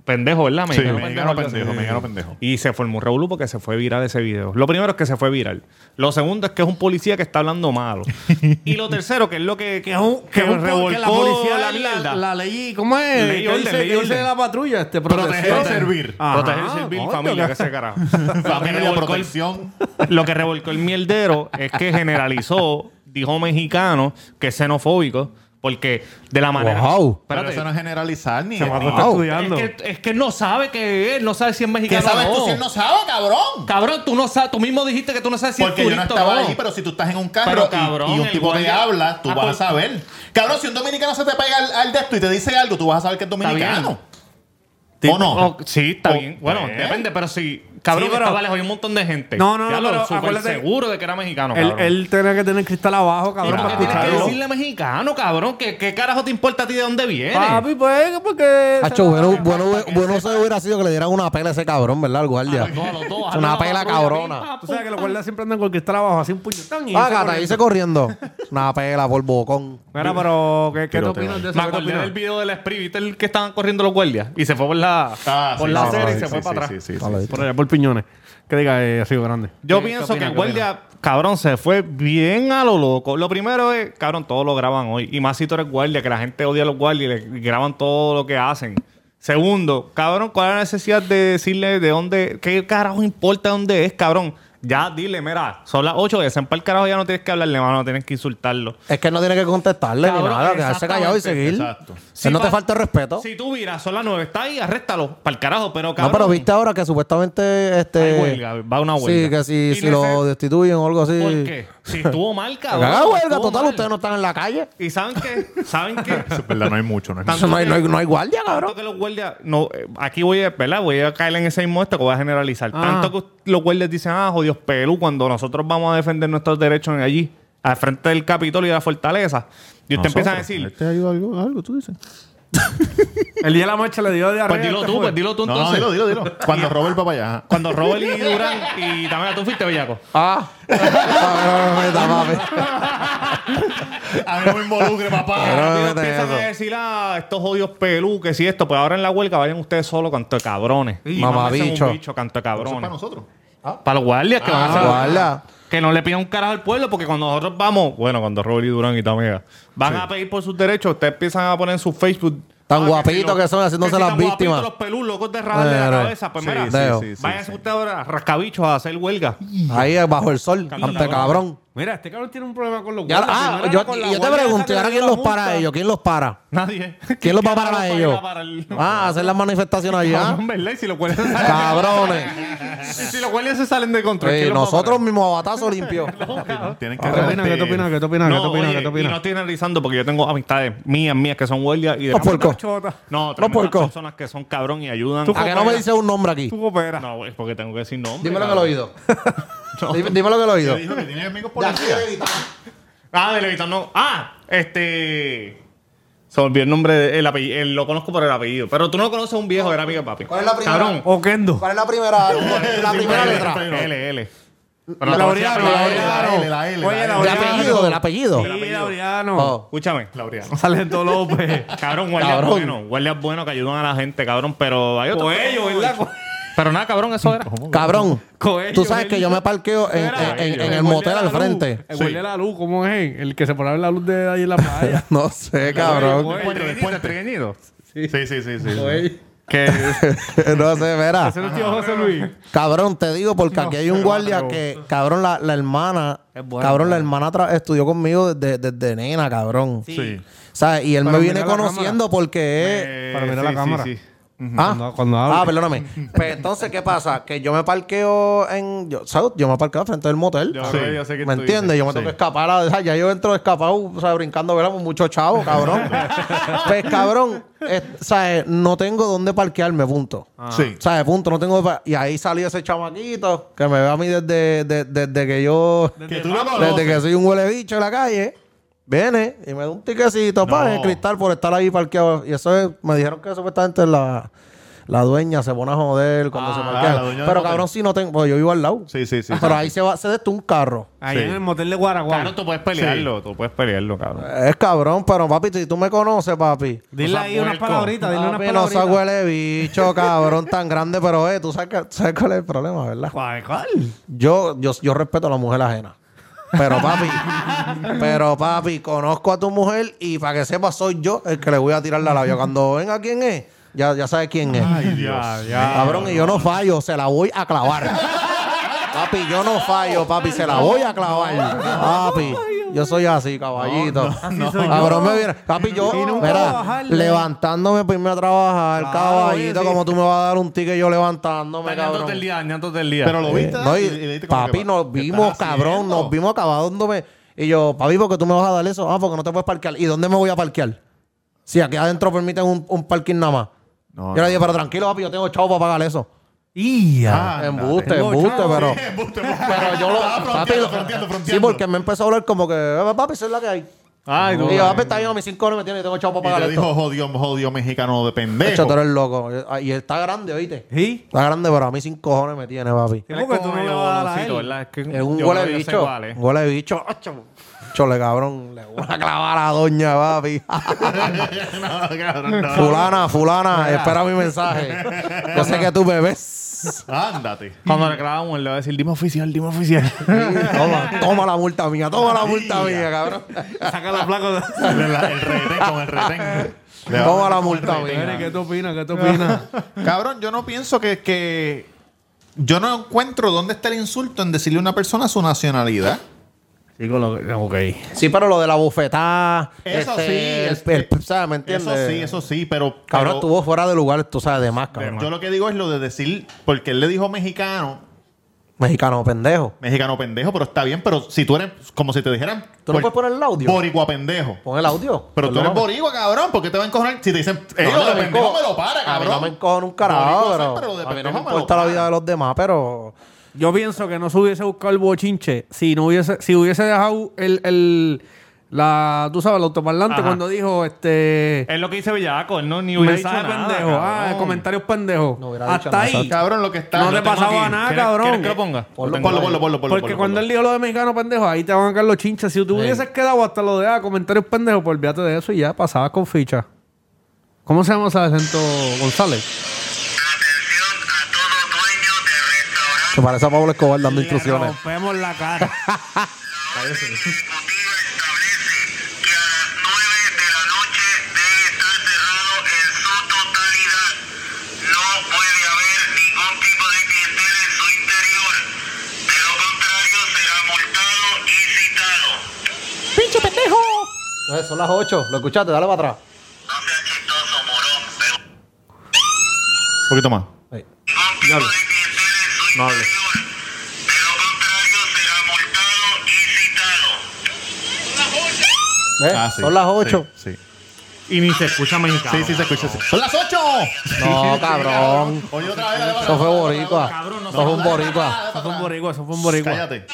S3: pendejo, ¿verdad?
S5: Sí, mexicano
S3: algo así.
S5: pendejo, mexicano pendejo.
S3: Y se formó un revolú porque se fue viral ese video. Lo primero es que se fue viral. Lo segundo es que es un policía que está hablando malo. y lo tercero, que es lo que, que es un, que
S4: Que
S3: es un
S4: revolcó
S3: que la policía la mierda.
S4: la, la ley, ¿cómo es?
S3: Ley y
S4: ¿Qué
S3: orden,
S4: dice,
S3: ley y
S4: qué dice
S3: orden.
S4: la patrulla? Este,
S5: Proteger o
S4: protección.
S5: servir.
S4: Ah.
S3: Proteger,
S4: Ajá,
S3: servir,
S4: coño,
S3: familia,
S4: que-
S3: que se carajo.
S5: Familia,
S3: Revolcó el-
S5: protección.
S3: [LAUGHS] lo que revolcó el mierdero es que generalizó, dijo mexicano, que es xenofóbico, porque de la manera.
S7: Wow.
S5: Pero
S3: Espérate.
S5: eso no es generalizar ni...
S4: Chamaco
S5: ni-
S4: está
S7: Wow.
S4: estudiando.
S9: Es que, es que no sabe que es, no sabe si es
S5: ¿Qué
S9: mexicano
S5: sabes
S9: o
S5: tú
S9: no.
S5: si él no sabe, cabrón?
S9: Cabrón, tú no sabes, tú mismo dijiste que tú no sabes si
S5: Porque
S9: es
S5: yo no
S9: turista
S5: estaba
S9: o no.
S5: allí, pero si tú estás en un carro
S9: Pero,
S5: y-
S9: cabrón,
S5: y, un
S9: el
S5: tipo te
S9: guardia-
S5: habla, tú
S9: Ah,
S5: vas
S9: pues-
S5: a saber. Cabrón, si un dominicano se te pega al, al de esto y te dice algo, tú vas a saber que es
S9: bien.
S5: dominicano. ¿O no?
S3: O- sí, Oh, está
S5: O-
S3: bien. Bueno,
S5: ¿Eh?
S3: depende, pero si. Cabrón,
S4: Sí, pero-
S3: estaba lejos, hay un montón de gente.
S4: No, no, no,
S3: Ya lo
S4: pero
S3: súper
S4: acuérdate-
S3: seguro de que era mexicano.
S4: Él,
S3: cabrón.
S4: él tenía que tener cristal abajo,
S9: ¿Y
S4: cabrón,
S9: por
S4: para
S9: qué tienes que
S4: escucharlo.
S9: decirle mexicano, cabrón? ¿Qué, ¿Qué carajo te importa a ti de dónde vienes?
S4: Papi, pues, porque...
S7: Hacho, bueno, bueno, bueno se hubiera sido que le dieran una pela a ese cabrón, ¿verdad? Al guardia.
S9: No, los dos,
S7: Es
S9: hazle
S7: Una
S9: la
S7: pela
S9: patrulla,
S7: cabrona.
S9: pim,
S4: Tú sabes que los guardias siempre andan con cristal abajo, así un puñetón y...
S7: Págate, ahí se corriendo. Una pela por bocón.
S4: Mira, pero, ¿qué, qué te
S5: Tiroteo.
S4: opinas de eso?
S3: Me
S4: ¿Qué te
S3: acordé
S4: opinas?
S3: del video del Spree, ¿viste el que estaban corriendo los guardias? Y se fue por la,
S5: Ah,
S3: por
S5: sí,
S3: la
S5: sí,
S3: acera
S5: sí,
S3: y se
S5: sí,
S3: fue
S5: sí,
S3: para
S5: sí,
S3: atrás.
S5: sí, sí,
S7: Vale.
S5: sí.
S4: Por allá, por piñones. Que diga, eh, ha sido grande.
S3: Yo
S9: ¿Qué-
S3: pienso
S9: qué opina,
S3: que el
S9: qué
S3: guardia, cabrón, se fue bien a lo loco. Lo primero es, cabrón, todo lo graban hoy. Y más si tú eres guardia, que la gente odia a los guardias y le graban todo lo que hacen. Segundo, cabrón, ¿cuál es la necesidad de decirle de dónde, qué carajo importa dónde es, cabrón? Ya dile, mira, son las 8 de el carajo, ya no tienes que hablarle, mano, no tienes que insultarlo.
S7: Es que él no tiene que contestarle
S9: Cabrón,
S7: ni nada, quedarse callado y seguir.
S5: Exacto.
S7: Que no
S3: Si pa-
S7: te falta el respeto.
S3: Si tú miras, son las 9, está ahí, arréstalo, para el carajo, pero
S7: no,
S3: cabrón.
S7: pero viste ahora que supuestamente este.
S3: Hay huelga, va una huelga.
S7: Sí, que
S3: Y
S7: si, si
S3: le
S7: lo
S3: sé-
S7: destituyen o algo así.
S3: ¿Por qué? Si estuvo
S7: [LAUGHS]
S3: mal, cabrón.
S7: Haga huelga,
S3: estuvo
S7: total,
S3: mal.
S7: ustedes no están en la calle.
S3: ¿Y saben qué? ¿Saben
S7: [LAUGHS]
S3: qué?
S5: Es verdad, no hay mucho, no hay
S7: No hay, no hay- no hay guardia, cabrón.
S3: Tanto que los guardias, no, eh, aquí voy a, ¿verdad? Voy a caer en ese mismo esto que voy a generalizar.
S7: Ah.
S3: Tanto que los guardias dicen, ah, jodidos Perú, cuando nosotros vamos a defender nuestros derechos en allí, al frente del Capitolio y de la fortaleza. Y usted empieza a decir,
S5: ¿Te ayuda algo, algo tú dices?
S4: El día de la marcha le dio diarrea.
S9: Pues
S4: este
S7: este
S9: dilo tú, pues dilo tú
S5: No, no,
S9: entonces.
S5: dilo, dilo, dilo. Cuando Robert va para allá. ajá.
S3: cuando Robert y Durán y también tú fuiste bellaco.
S7: Ah. No, [LAUGHS] no me meta, papi.
S5: A mí no me involucre, papá.
S7: Pero no me
S3: Rápido
S7: metas en
S3: empiezan a
S7: eso.
S3: decir, ah, estos jodios Perú, que si esto, pues ahora en la huelga vayan ustedes solos, canto de cabrones. Y
S7: Mamabicho.
S3: mámense un bicho, canto de
S5: Eso es para
S3: cabrones.
S5: nosotros.
S3: Para los guardias que van a hacer.
S7: Ah, Guardia.
S3: Que no le pidan un carajo al pueblo, porque cuando nosotros vamos, bueno, cuando Robert y Durán y Tamega van a pedir por sus derechos, ustedes empiezan a poner en su Facebook.
S7: Tan
S3: ah,
S7: guapitos
S3: los-
S7: que son, haciéndose
S3: si
S7: las
S3: tan guapitos
S7: víctimas.
S3: Los pelus, locos de rajas de la
S7: Eh, eh.
S3: cabeza. Pues
S5: Sí,
S3: mira,
S5: sí,
S7: Deo.
S5: sí, sí,
S3: váyanse
S5: sí.
S3: ustedes ahora, rascabichos, a hacer huelga.
S7: Ahí bajo el sol, ante cabrón.
S4: Mira, este cabrón tiene un problema con los
S7: Ya-
S4: guardias.
S7: ah,
S4: Primero era
S7: yo,
S4: con la
S7: yo te
S4: guardia esa
S7: pregunto, ¿y
S4: que
S7: ahora
S4: le dio
S7: quién
S4: la
S7: los para
S4: multa?
S7: a ellos? ¿Quién los para?
S3: Nadie. [LAUGHS]
S7: ¿Quién los va a parar
S3: carajo
S7: a
S3: va
S7: ellos?
S3: a parar?
S7: Ah, hacer las manifestaciones allá.
S3: Cabrón, ¿verdad? Y si lo cuelgan
S7: Cabrones.
S3: si los guardias se salen de control.
S7: Sí,
S3: ¿quién los va a
S7: Eh, nosotros
S3: parar?
S7: mismos
S4: [LAUGHS]
S7: a batazo limpio.
S5: Tienen que
S4: ¿Qué te opinas? ¿Qué te opinas? ¿Qué te opinas? ¿Qué te
S3: No,
S4: opinas?
S3: oye,
S4: ¿Qué te
S3: y no
S4: opinas?
S3: estoy analizando porque yo tengo amistades mías, mías que son guardias y de
S7: Los puercos.
S3: No, tremendas
S7: puercos.
S3: personas que son cabrón y ayudan.
S7: ¿A qué no me dices un nombre aquí?
S4: Tú cooperas.
S3: No, es porque tengo que decir nombre.
S7: Dímelo en el
S3: cabrón.
S7: oído. Dime- Dímelo en el oído.
S5: Dijo que tiene amigos
S7: Ya,
S5: policías.
S3: Ah, de Levitan no. Ah, este. Se olvidó el nombre, de- el apellido. el- lo conozco por el apellido. Pero tú no conoces a un viejo, era amigo de papi.
S7: ¿Cuál es la primera?
S3: Cabrón.
S4: O Kendo.
S7: ¿Cuál es la primera, la primera
S3: L,
S7: letra?
S3: L, L.
S5: La
S3: Laureano,
S5: la
S3: Laureano.
S5: L, la L,
S4: Oye,
S5: la
S4: Laureano.
S5: L.
S7: ¿De apellido? ¿Del apellido?
S4: Sí, Laureano.
S7: Oh.
S3: Escúchame. Laureano.
S4: Sargento López.
S3: Cabrón, guardias
S7: Cabrón. Pues
S3: buenos. Guardias buenos que ayudan a la gente, cabrón. Pero hay otros.
S4: Coello, ¿verdad? Co-
S3: Pero nada, cabrón, eso era.
S7: Cabrón.
S4: Coello,
S7: Tú sabes que yo me parqueo en,
S4: Mira,
S7: en- en- en
S4: guardia
S7: el motel
S4: de la
S7: al
S4: luz.
S7: frente.
S4: El guardia de la luz, ¿cómo es? El que se pone la luz de ahí en la
S7: [LAUGHS]
S4: playa.
S7: No sé, cabrón.
S3: El puente, el puente.
S5: Sí, sí, sí. sí, sí.
S3: Que
S7: [LAUGHS] No sé, verá.
S4: Ese no es tío José Luis.
S7: Cabrón, te digo, porque aquí hay un guardia que, cabrón, la, la hermana, cabrón, la hermana tra- estudió conmigo desde, desde nena, cabrón.
S5: Sí.
S7: ¿Sabes? Y él
S4: Pero
S7: me
S4: mira
S7: viene
S4: la
S7: conociendo porque es.
S4: Para mirar la cámara.
S7: Ah,
S4: Cuando, cuando habla.
S7: ah, perdóname. Pues entonces, ¿qué pasa? Que yo me parqueo en. Yo, ¿sabes? Yo me parqueo al frente del motel.
S5: Yo sé, yo sé que
S7: ¿Me
S5: tú
S7: entiendes?
S5: dices.
S7: Yo me tengo que escapar. a- o sea, ya yo entro escapado, o sea, brincando, ¿verdad? Con mucho chavo,
S5: [LAUGHS]
S7: cabrón. pues, cabrón, es- ¿sabes? No tengo dónde parquearme, punto.
S5: Sí.
S7: ¿Sabes? Punto, no tengo. pa- Y ahí salió ese chamaquito que me ve a mí desde, de- desde que yo.
S5: Que tú lo
S7: Desde
S5: conoces.
S7: que soy un huele bicho en la calle. Viene y me da un tiquecito para el cristal por estar ahí parqueado. Y eso es- me dijeron que supuestamente la, la dueña se pone a joder cuando se
S5: Ah, la
S7: parquea.
S5: dueña del
S7: Pero
S5: motel.
S7: cabrón, si no tengo. Pues yo vivo al lado.
S5: Sí, sí, sí.
S7: Pero ahí se va, se destó un carro.
S4: Ahí
S5: Sí.
S4: en el motel de Guaraguay.
S3: Claro, tú puedes pelearlo, tú puedes pelearlo, cabrón.
S7: Es cabrón, pero papi, si tú me conoces, papi.
S4: Dile ahí unas palabritas, dile unas
S7: Papi, no se
S4: palabritas.
S7: Ah, huele bicho, cabrón, tan grande, pero eh, tú sabes, que- sabes cuál es el problema, ¿verdad?
S4: ¿Cuál? ¿Cuál?
S7: Yo, yo, yo respeto a la mujer ajena.
S4: [LAUGHS]
S7: Pero papi, pero papi, conozco a tu mujer y para que sepas, soy yo el que le voy a tirar la labia. Cuando venga quién es, ya, ya sabes quién es.
S5: Ay, Dios.
S7: Cabrón, y yo no fallo, se la voy a clavar. papi, yo no fallo, papi, se la voy a clavar. Papi, yo soy así, caballito.
S4: soy
S7: Cabrón,
S4: yo.
S7: me viene. Papi, yo,
S4: Y nunca
S7: mira,
S4: bajarle.
S7: levantándome para irme a trabajar,
S4: Claro,
S7: caballito,
S4: oye, sí.
S7: como tú me vas a dar un ticket yo levantándome, cabrón.
S3: Dañándote el día, dañándote el día.
S5: Pero lo viste.
S7: No, y-
S5: Eh, y- y le dijiste como
S7: papi,
S5: que,
S7: nos
S5: ¿qué
S7: vimos,
S5: estás
S7: cabrón,
S5: haciendo?
S7: nos vimos acabándome. Y yo, papi, ¿por qué tú me vas a dar eso? Ah, porque no te puedes parquear. ¿Y dónde me voy a parquear? Si aquí adentro permiten un, un parking nada más.
S5: No,
S7: yo le dije, pero tranquilo, papi, yo tengo chavo para pagar eso.
S4: ¡Ya!
S5: Ah,
S7: Embuste,
S4: Tengo
S7: embuste,
S4: chavo,
S5: [LAUGHS]
S7: pero.
S5: embuste,
S7: Pero yo lo.
S5: fronteando,
S7: papi, lo-
S5: fronteando,
S7: Sí,
S5: fronteando.
S7: porque me empezó a hablar como que, "Eh, papi, eso es la que hay.
S3: Ay,
S7: y yo, papi, está bien, a mis cinco no me tiene, yo tengo chavo para
S5: Y
S7: pagar
S5: te
S7: esto.
S5: dijo, jodió, jodió mexicano de
S7: Hecho, tú
S5: pendejo.
S7: eres loco. Y está grande, oíste.
S4: ¿Y?
S7: Está grande, pero a mí sin cojones me tiene, papi.
S4: Es porque tú no le vas a dar a él.
S3: ¿verdad? Es, que
S7: Es un
S3: yo
S7: huele
S3: creo que yo sé
S7: bicho.
S3: cuál
S5: eh.
S3: es.
S7: Un huele bicho. Chole, cabrón. Le voy a clavar a la doña,
S5: [LAUGHS]
S7: papi.
S5: [LAUGHS] no, cabrón, no.
S7: fulana, fulana, espera mi
S5: [LAUGHS]
S7: mensaje. Yo sé que tú me ves.
S5: Ándate.
S3: Cuando le clavamos, él le va a decir, dime oficial, dime oficial.
S7: Toma, toma la multa mía, toma la multa mía, cabrón.
S4: [LAUGHS] Saca la placa.
S3: [LAUGHS]
S4: de-
S5: El, el retén con el retén. Le va a
S7: Toma
S5: meter
S7: la
S5: con el
S7: multa
S5: retén.
S4: Mire,
S7: mía.
S4: ¿Qué te opinas? ¿Qué te opinas?
S5: Cabrón, yo no pienso que, que- Yo no encuentro dónde está el insulto en decirle a una persona su nacionalidad.
S4: Sí, con lo que... Ok.
S7: Sí, pero lo de la bufetada.
S5: Eso
S7: este,
S5: sí,
S7: el-
S5: este-
S7: el- o sea, ¿Me entiendes?
S5: Eso sí, eso sí, pero...
S7: Cabrón,
S5: pero-
S7: estuvo fuera de lugar, tú sabes, de más, cabrón.
S5: Yo lo que digo es lo de decir... Porque él le dijo mexicano,
S7: Mexicano pendejo.
S5: mexicano pendejo, pero está bien, pero si tú eres... Como si te dijeran...
S7: ¿Tú no
S5: por-
S7: puedes poner el audio?
S5: Boricua pendejo.
S7: Pon el audio.
S5: Pero tú eres
S7: Perdóname.
S5: boricua, cabrón, ¿por qué te va a encojonar? Si te dicen, eh,
S7: No,
S5: lo de
S7: me
S5: pendejo
S7: encojo.
S5: me lo para,
S7: A mí
S5: cabrón.
S7: no me encojo un carajo,
S5: Boricua,
S7: pero,
S5: sí, pero de
S7: a mí no
S5: pendejo
S7: me
S5: me lo
S7: importa la
S5: para.
S7: vida de los demás, pero...
S4: Yo pienso que no se hubiese buscado el bochinche si no hubiese, si hubiese dejado el, el la, tú sabes, el autoparlante
S3: Ajá.
S4: cuando dijo este
S3: es lo que dice Bellaco, él no ni hubiera dicho
S4: mensaje
S3: nada,
S4: pendejo, ah,
S3: cabrón.
S4: comentarios pendejos.
S7: No hubiera dicho
S4: Hasta
S7: nada,
S4: ahí.
S5: Cabrón, lo que está...
S4: No
S5: lo
S4: te
S5: tengo
S4: pasaba
S5: aquí.
S4: nada,
S3: ¿Quieres-
S4: cabrón.
S3: ¿Quieres que lo ponga?
S7: Ponlo,
S5: Ponlo, ponlo, ponlo, ponlo.
S4: Porque cuando él dijo lo de mexicano pendejo, ahí te van a caer los chinches. Si tú hubieses quedado hasta lo de ah, comentarios pendejos, pues olvídate de eso y ya pasabas con ficha. ¿Cómo se llama ese acento González?
S7: Se parece a Pablo Escobar dando instrucciones.
S4: rompemos la cara.
S10: interior. De lo contrario, será multado y
S7: Eh, son las 8. Lo escuchaste, dale para atrás.
S5: Un poquito más.
S7: Ahí.
S5: No hables.
S7: Eh,
S5: Ah, sí.
S7: Son las 8.
S5: Sí, sí.
S9: Y ni se escucha mexicano.
S5: Sí, sí, se escucha. sí. ¡Son las 8!
S7: No, cabrón.
S5: Oye, otra vez. dale,
S7: Eso
S5: dale,
S7: fue
S5: dale,
S7: boricua.
S9: Cabrón, no
S7: Eso fue un boricua.
S4: Eso fue un
S5: dale, dale, dale, dale, dale, dale, dale, dale, dale, dale, dale, dale, dale, dale, dale, dale, dale, dale,
S4: boricua, eso fue un boricua.
S5: Cállate.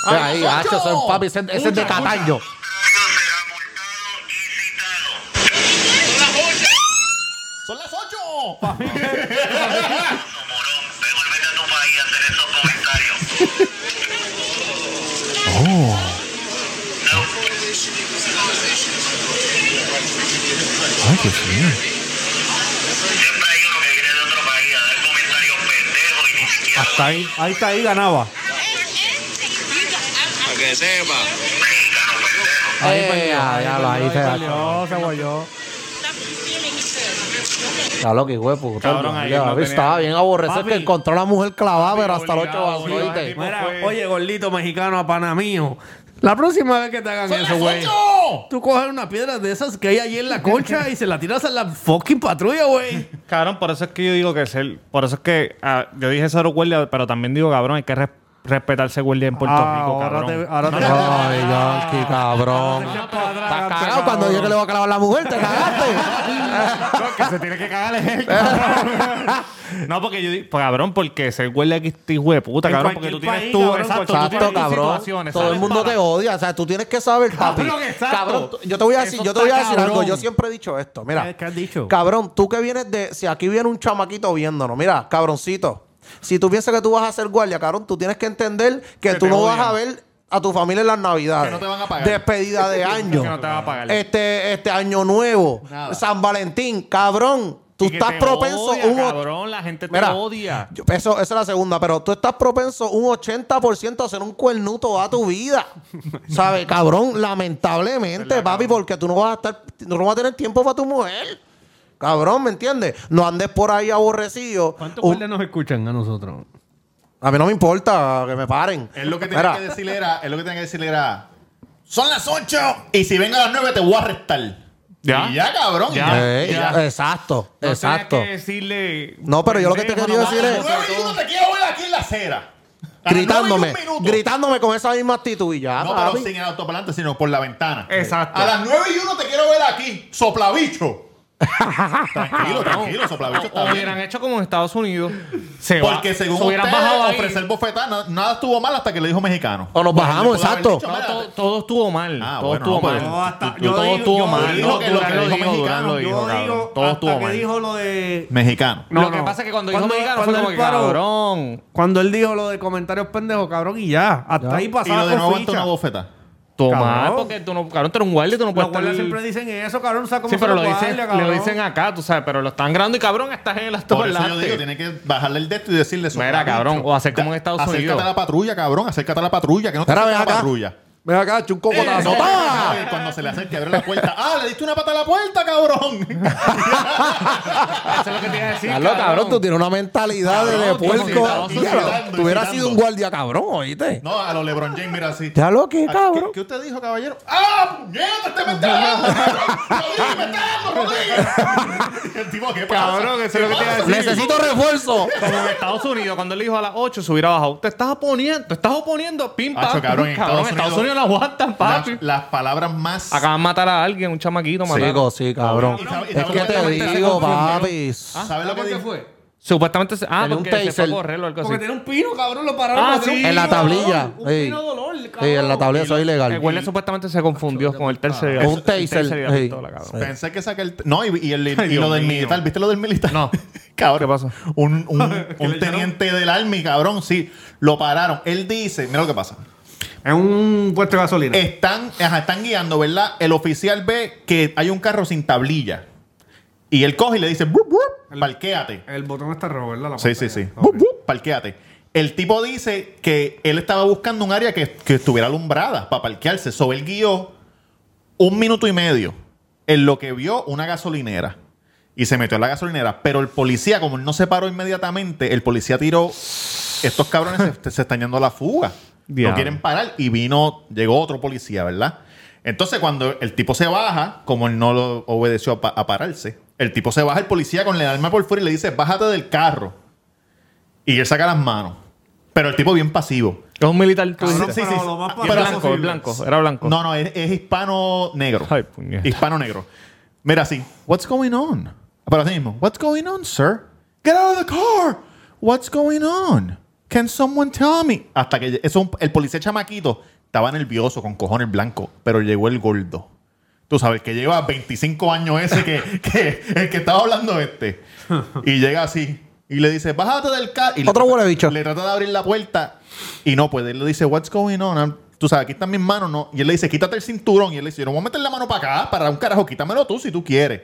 S7: Eh, Ahí,
S5: Escucha,
S7: hacho, eso es papi, ese, ese es de
S5: escucha.
S7: Cataño.
S5: ¡Son las
S7: [LAUGHS]
S5: 8!
S4: Hasta ahí, ahí está, ahí ganaba.
S7: Ahí, Eh, Ah, ya, ya, ahí se
S4: Yo se guayó.
S7: Ya lo que hijo de puta.
S3: Cabrón, ahí
S7: Ya,
S3: no tenía-
S7: Estaba bien aborrecido
S4: Papi.
S7: que encontró a la mujer clavada, pero hasta los 8
S3: obligado,
S7: vasos,
S3: obligado.
S7: ¿oíste?
S4: Mira, oye, gordito mexicano a pana mío. La próxima vez que te hagan eso, güey. Tú coges una piedra de esas que hay allí en la concha y se la tiras a la fucking patrulla, güey.
S3: Cabrón, por eso es que yo digo que es el. Por eso es que ah, yo dije ser guardia, pero también digo, cabrón, hay que res- respetarse guardia en Puerto
S4: Ah,
S3: Rico,
S4: ahora
S3: cabrón.
S4: te-
S3: [LAUGHS]
S4: ahora te-
S7: Ay, Yankee, cabrón.
S4: Ahora te echas para atrás,
S7: Estás
S4: te
S7: cagado cuando
S4: cabrón.
S7: dije que le voy a clavar a la mujer,
S4: [LAUGHS]
S7: te cagaste.
S3: No, que se tiene que cagar es [LAUGHS] él, cabrón. No, porque yo digo, pues, cabrón, porque ser guardia aquí este hijo de puta,
S4: En
S3: cabrón, porque tú tienes
S4: cualquier país,
S3: tú,
S4: cabrón,
S3: exacto, tú tienes
S7: Exacto,
S3: tus
S7: cabrón.
S3: situaciones,
S7: Todo el
S3: ¿sabes?
S7: mundo
S3: Para-
S7: te odia. O sea, tú tienes que saber, papi.
S4: Cabrón, exacto.
S7: Cabrón, tú- yo te voy a
S4: Eso
S7: decir, yo te voy a
S4: está
S7: decir
S4: cabrón.
S7: algo. Yo siempre he dicho esto. Mira,
S4: ¿Qué- qué has dicho?
S7: cabrón, tú que vienes de. Si aquí viene un chamaquito viéndonos, mira, cabroncito. Si tú piensas que tú vas a ser guardia, cabrón, tú tienes que entender que,
S3: Que
S7: tú
S3: te
S7: no vas
S3: odian.
S7: a ver a tu familia en las navidades.
S5: Que no te van a pagar.
S7: Despedida de
S3: [LAUGHS]
S7: año.
S3: Que no te van a pagar.
S7: Este, este año nuevo.
S5: Nada.
S7: San Valentín, cabrón. Tú
S3: Y que
S7: estás
S3: te
S7: propenso
S3: odia,
S7: a un
S3: Cabrón, la gente te
S7: Mira,
S3: odia.
S7: yo- eso, esa es la segunda, pero tú estás propenso un 80% a ser un cuernuto a tu
S5: [LAUGHS]
S7: vida. ¿Sabes, cabrón? Lamentablemente, papi, porque tú no vas a estar, no vas a tener tiempo para tu mujer. Cabrón, ¿me entiendes? No andes por ahí aborrecido.
S4: ¿Cuántos
S7: Un-
S4: guardias nos escuchan a nosotros?
S7: a mí no me importa que me paren.
S5: Es lo que
S7: Mira,
S5: tenía que decirle era, es lo que tenía que decirle era, son las 8 y si vengo a las 9 te voy a arrestar.
S3: Ya.
S5: Y ya, cabrón.
S3: Ya.
S7: eh,
S5: ya.
S7: Exacto,
S3: No tenía
S7: exacto.
S3: que decirle.
S7: No, pero yo lo que te
S3: pendejo,
S7: quería
S3: no,
S7: decir
S5: A
S7: es-
S5: las 9 y uno te quiero ver aquí en la acera. A las
S7: Gritándome,
S5: 9 y un minuto.
S7: gritándome con esa misma actitud y ya,
S5: No, pero
S7: papi.
S5: sin el auto para adelante, sino por la ventana.
S3: Exacto.
S5: A las 9 y 1 te quiero ver aquí,
S7: [LAUGHS]
S5: soplabicho. tranquilo, tranquilo, soplabicho
S3: O
S5: está
S3: hubieran
S5: bien.
S3: hecho como en Estados Unidos. Se va-
S5: Porque según
S3: se hubieran
S5: ustedes,
S3: bajado ahí.
S5: ofrecer bofetada, nada estuvo mal hasta que le dijo mexicano.
S7: O nos
S5: Porque le
S7: bajamos,
S5: pudo haber
S7: exacto.
S5: dicho,
S3: No,
S5: "Mira,
S3: todo, todo estuvo mal.
S5: Ah,
S3: todo
S5: bueno,
S3: estuvo
S5: no, pues,
S3: mal.
S5: No,
S4: hasta-
S3: Tú- tú-
S4: yo
S3: todo
S4: digo-
S3: estuvo
S4: yo
S3: mal.
S5: digo
S3: No,
S5: que lo
S3: Durán
S5: que
S3: lo
S5: dijo
S3: dijo, Durán
S5: Mexicano,
S3: lo dijo, cabrón. Todo estuvo mal.
S4: lo de...
S5: Mexicano.
S3: Lo que pasa es que cuando dijo mexicano fue
S4: cuando
S3: como
S4: él
S3: que,
S4: paró-
S3: cabrón.
S4: Cuando él dijo lo de comentarios pendejos, cabrón, y ya. Hasta ahí
S5: Y lo de
S4: pasaba
S5: nuevo
S4: con
S5: ante
S4: ficha.
S5: una bofeta.
S3: Tomar,
S4: Cabrón.
S3: porque tú no, cabrón, tú eres un guardia, tú no
S4: Los
S3: puedes
S4: guardias
S3: estar-
S4: siempre dicen eso, cabrón. ¿Sabes cómo
S3: Sí,
S4: se
S3: pero lo
S4: los
S3: dicen,
S4: guardias,
S3: lo
S4: cabrón?
S3: dicen acá, tú sabes, pero lo están grabando y cabrón, estás en el acto
S5: Por eso yo
S3: parlante.
S5: digo, tiene que bajarle el de esto y decirle eso.
S3: Mira, cabrón, o hacer como en Estados
S5: acércate
S3: Unidos.
S5: a la patrulla, cabrón. Acércate a la patrulla, que no te
S7: Mira,
S5: acerques
S7: ven
S5: a la
S7: acá.
S5: patrulla. Eh,
S7: Ven acá, echa un cocotazo. ¡Ah! ¡Pa!
S5: Ay, Cuando se le acerque, abre la puerta. ¡Ah, le diste una pata a la puerta, cabrón! [LAUGHS]
S3: Eso es lo que te iba a decir,
S7: Carlos, cabrón, tú tienes una mentalidad de- de
S3: Cabrón, tío,
S7: puerco.
S5: insultando,
S7: Diablo,
S5: insultando,
S7: Tú hubieras
S5: insultando.
S7: sido un guardia, cabrón, oíste.
S5: no, a los LeBron James, mira así.
S7: Ya lo que,
S5: Ah,
S7: cabrón.
S5: ¿Qué, qué usted dijo, caballero? ¡Ah, puñeta, este me está dando! ¡Rodríguez, me está dando, Rodríguez! Y el tipo, ¿qué pasa?
S3: Cabrón, eso es lo que te iba a decir.
S7: Necesito refuerzo.
S3: Como en Estados Unidos, cuando él dijo a las 8, se hubiera bajado. Te estás oponiendo, te estás oponiendo, pim, pam.
S5: Acho, cabrón, en
S3: cabrón,
S5: Estados
S3: Estados
S5: Unidos-
S3: Unidos no aguantan,
S5: Las,
S3: papi.
S5: las palabras más...
S3: Acaban de matar a alguien, un chamaquito, mataron.
S7: Chico, sí, cabrón.
S5: Y sabe- y
S7: Es
S5: sabe
S7: que
S5: lo que
S7: te
S5: dice-
S7: digo, papi.
S5: ¿Sabes lo que dijo?
S3: Supuestamente, se- ah,
S7: Tenía un
S3: porque se fue a
S7: taser.
S3: correr o algo
S4: Porque
S3: así.
S4: tiene un pino, cabrón, lo pararon.
S3: Ah,
S4: porque tiene un
S3: sí.
S7: En la
S4: pino,
S7: tablilla.
S4: cabrón, Un
S7: Sí.
S4: pino dolor, cabrón.
S7: Sí, en la tablilla soy
S3: El
S7: ilegal.
S3: guardia supuestamente se
S5: Ah,
S3: confundió con el tercer.
S7: Con un
S3: el tercer
S7: taser,
S3: y la
S7: sí.
S3: pistola, cabrón.
S5: Pensé que saqué el... t- No, y, y el, y
S3: Eh. Dios
S5: lo del
S3: mío.
S5: militar. ¿Viste lo del militar?
S3: No.
S5: [LAUGHS] cabrón.
S3: ¿Qué pasó? [LAUGHS]
S5: Un, un- un teniente del Army, cabrón, sí. Lo pararon. Él dice... Mira lo que pasa.
S4: En un puesto de gasolina.
S5: Eh. Están, ajá, están guiando, ¿verdad? El oficial ve que hay un carro sin tablilla. Y él coge y le dice... "Bup, bup, Parquéate.
S4: El botón está rojo, ¿verdad? La
S5: Sí, sí,
S4: pantalla.
S5: sí.
S4: Ok.
S5: Bup, bup, Parquéate. El tipo dice que él estaba buscando un área que, que estuviera alumbrada para parquearse. Sobre el guió un minuto y medio en lo que vio una gasolinera. Y se metió en la gasolinera. Pero el policía, como él no se paró inmediatamente, el policía tiró. Estos cabrones se, se están yendo a la fuga.
S3: Diablo.
S5: No quieren parar. Y vino, llegó otro policía, ¿verdad? Entonces, cuando el tipo se baja, como él no lo obedeció a, pa- a pararse, el tipo se baja, el policía con el arma por fuera y le dice, bájate del carro. Y él saca las manos. Pero el tipo bien pasivo.
S3: Es un militar. tú
S5: Sí,
S3: dices.
S5: sí, sí.
S4: lo más
S5: Ah,
S3: Y es
S5: pero
S3: blanco,
S5: posible.
S3: es blanco, era blanco.
S5: No, no, es, es hispano negro.
S3: Ay, puñeta.
S5: hispano negro. Mira así. What's going on? Pero así mismo. What's going on, sir? Get out of the car. What's going on? Can someone tell me? Hasta que eso, el policía chamaquito estaba nervioso con cojones blancos, pero llegó el gordo. Tú sabes, que lleva 25 años ese que, que el que estaba hablando este. Y llega así. Y le dice, bájate del carro. Y le
S7: Otro
S5: trata-
S7: huele bicho.
S5: Le trata de abrir la puerta y no puede. Él le dice, what's going on? I'm- tú sabes, aquí están mis manos. No. Y él le dice, quítate el cinturón. Y él le dice, yo no voy a meter la mano para acá, para un carajo. Quítamelo tú si tú quieres.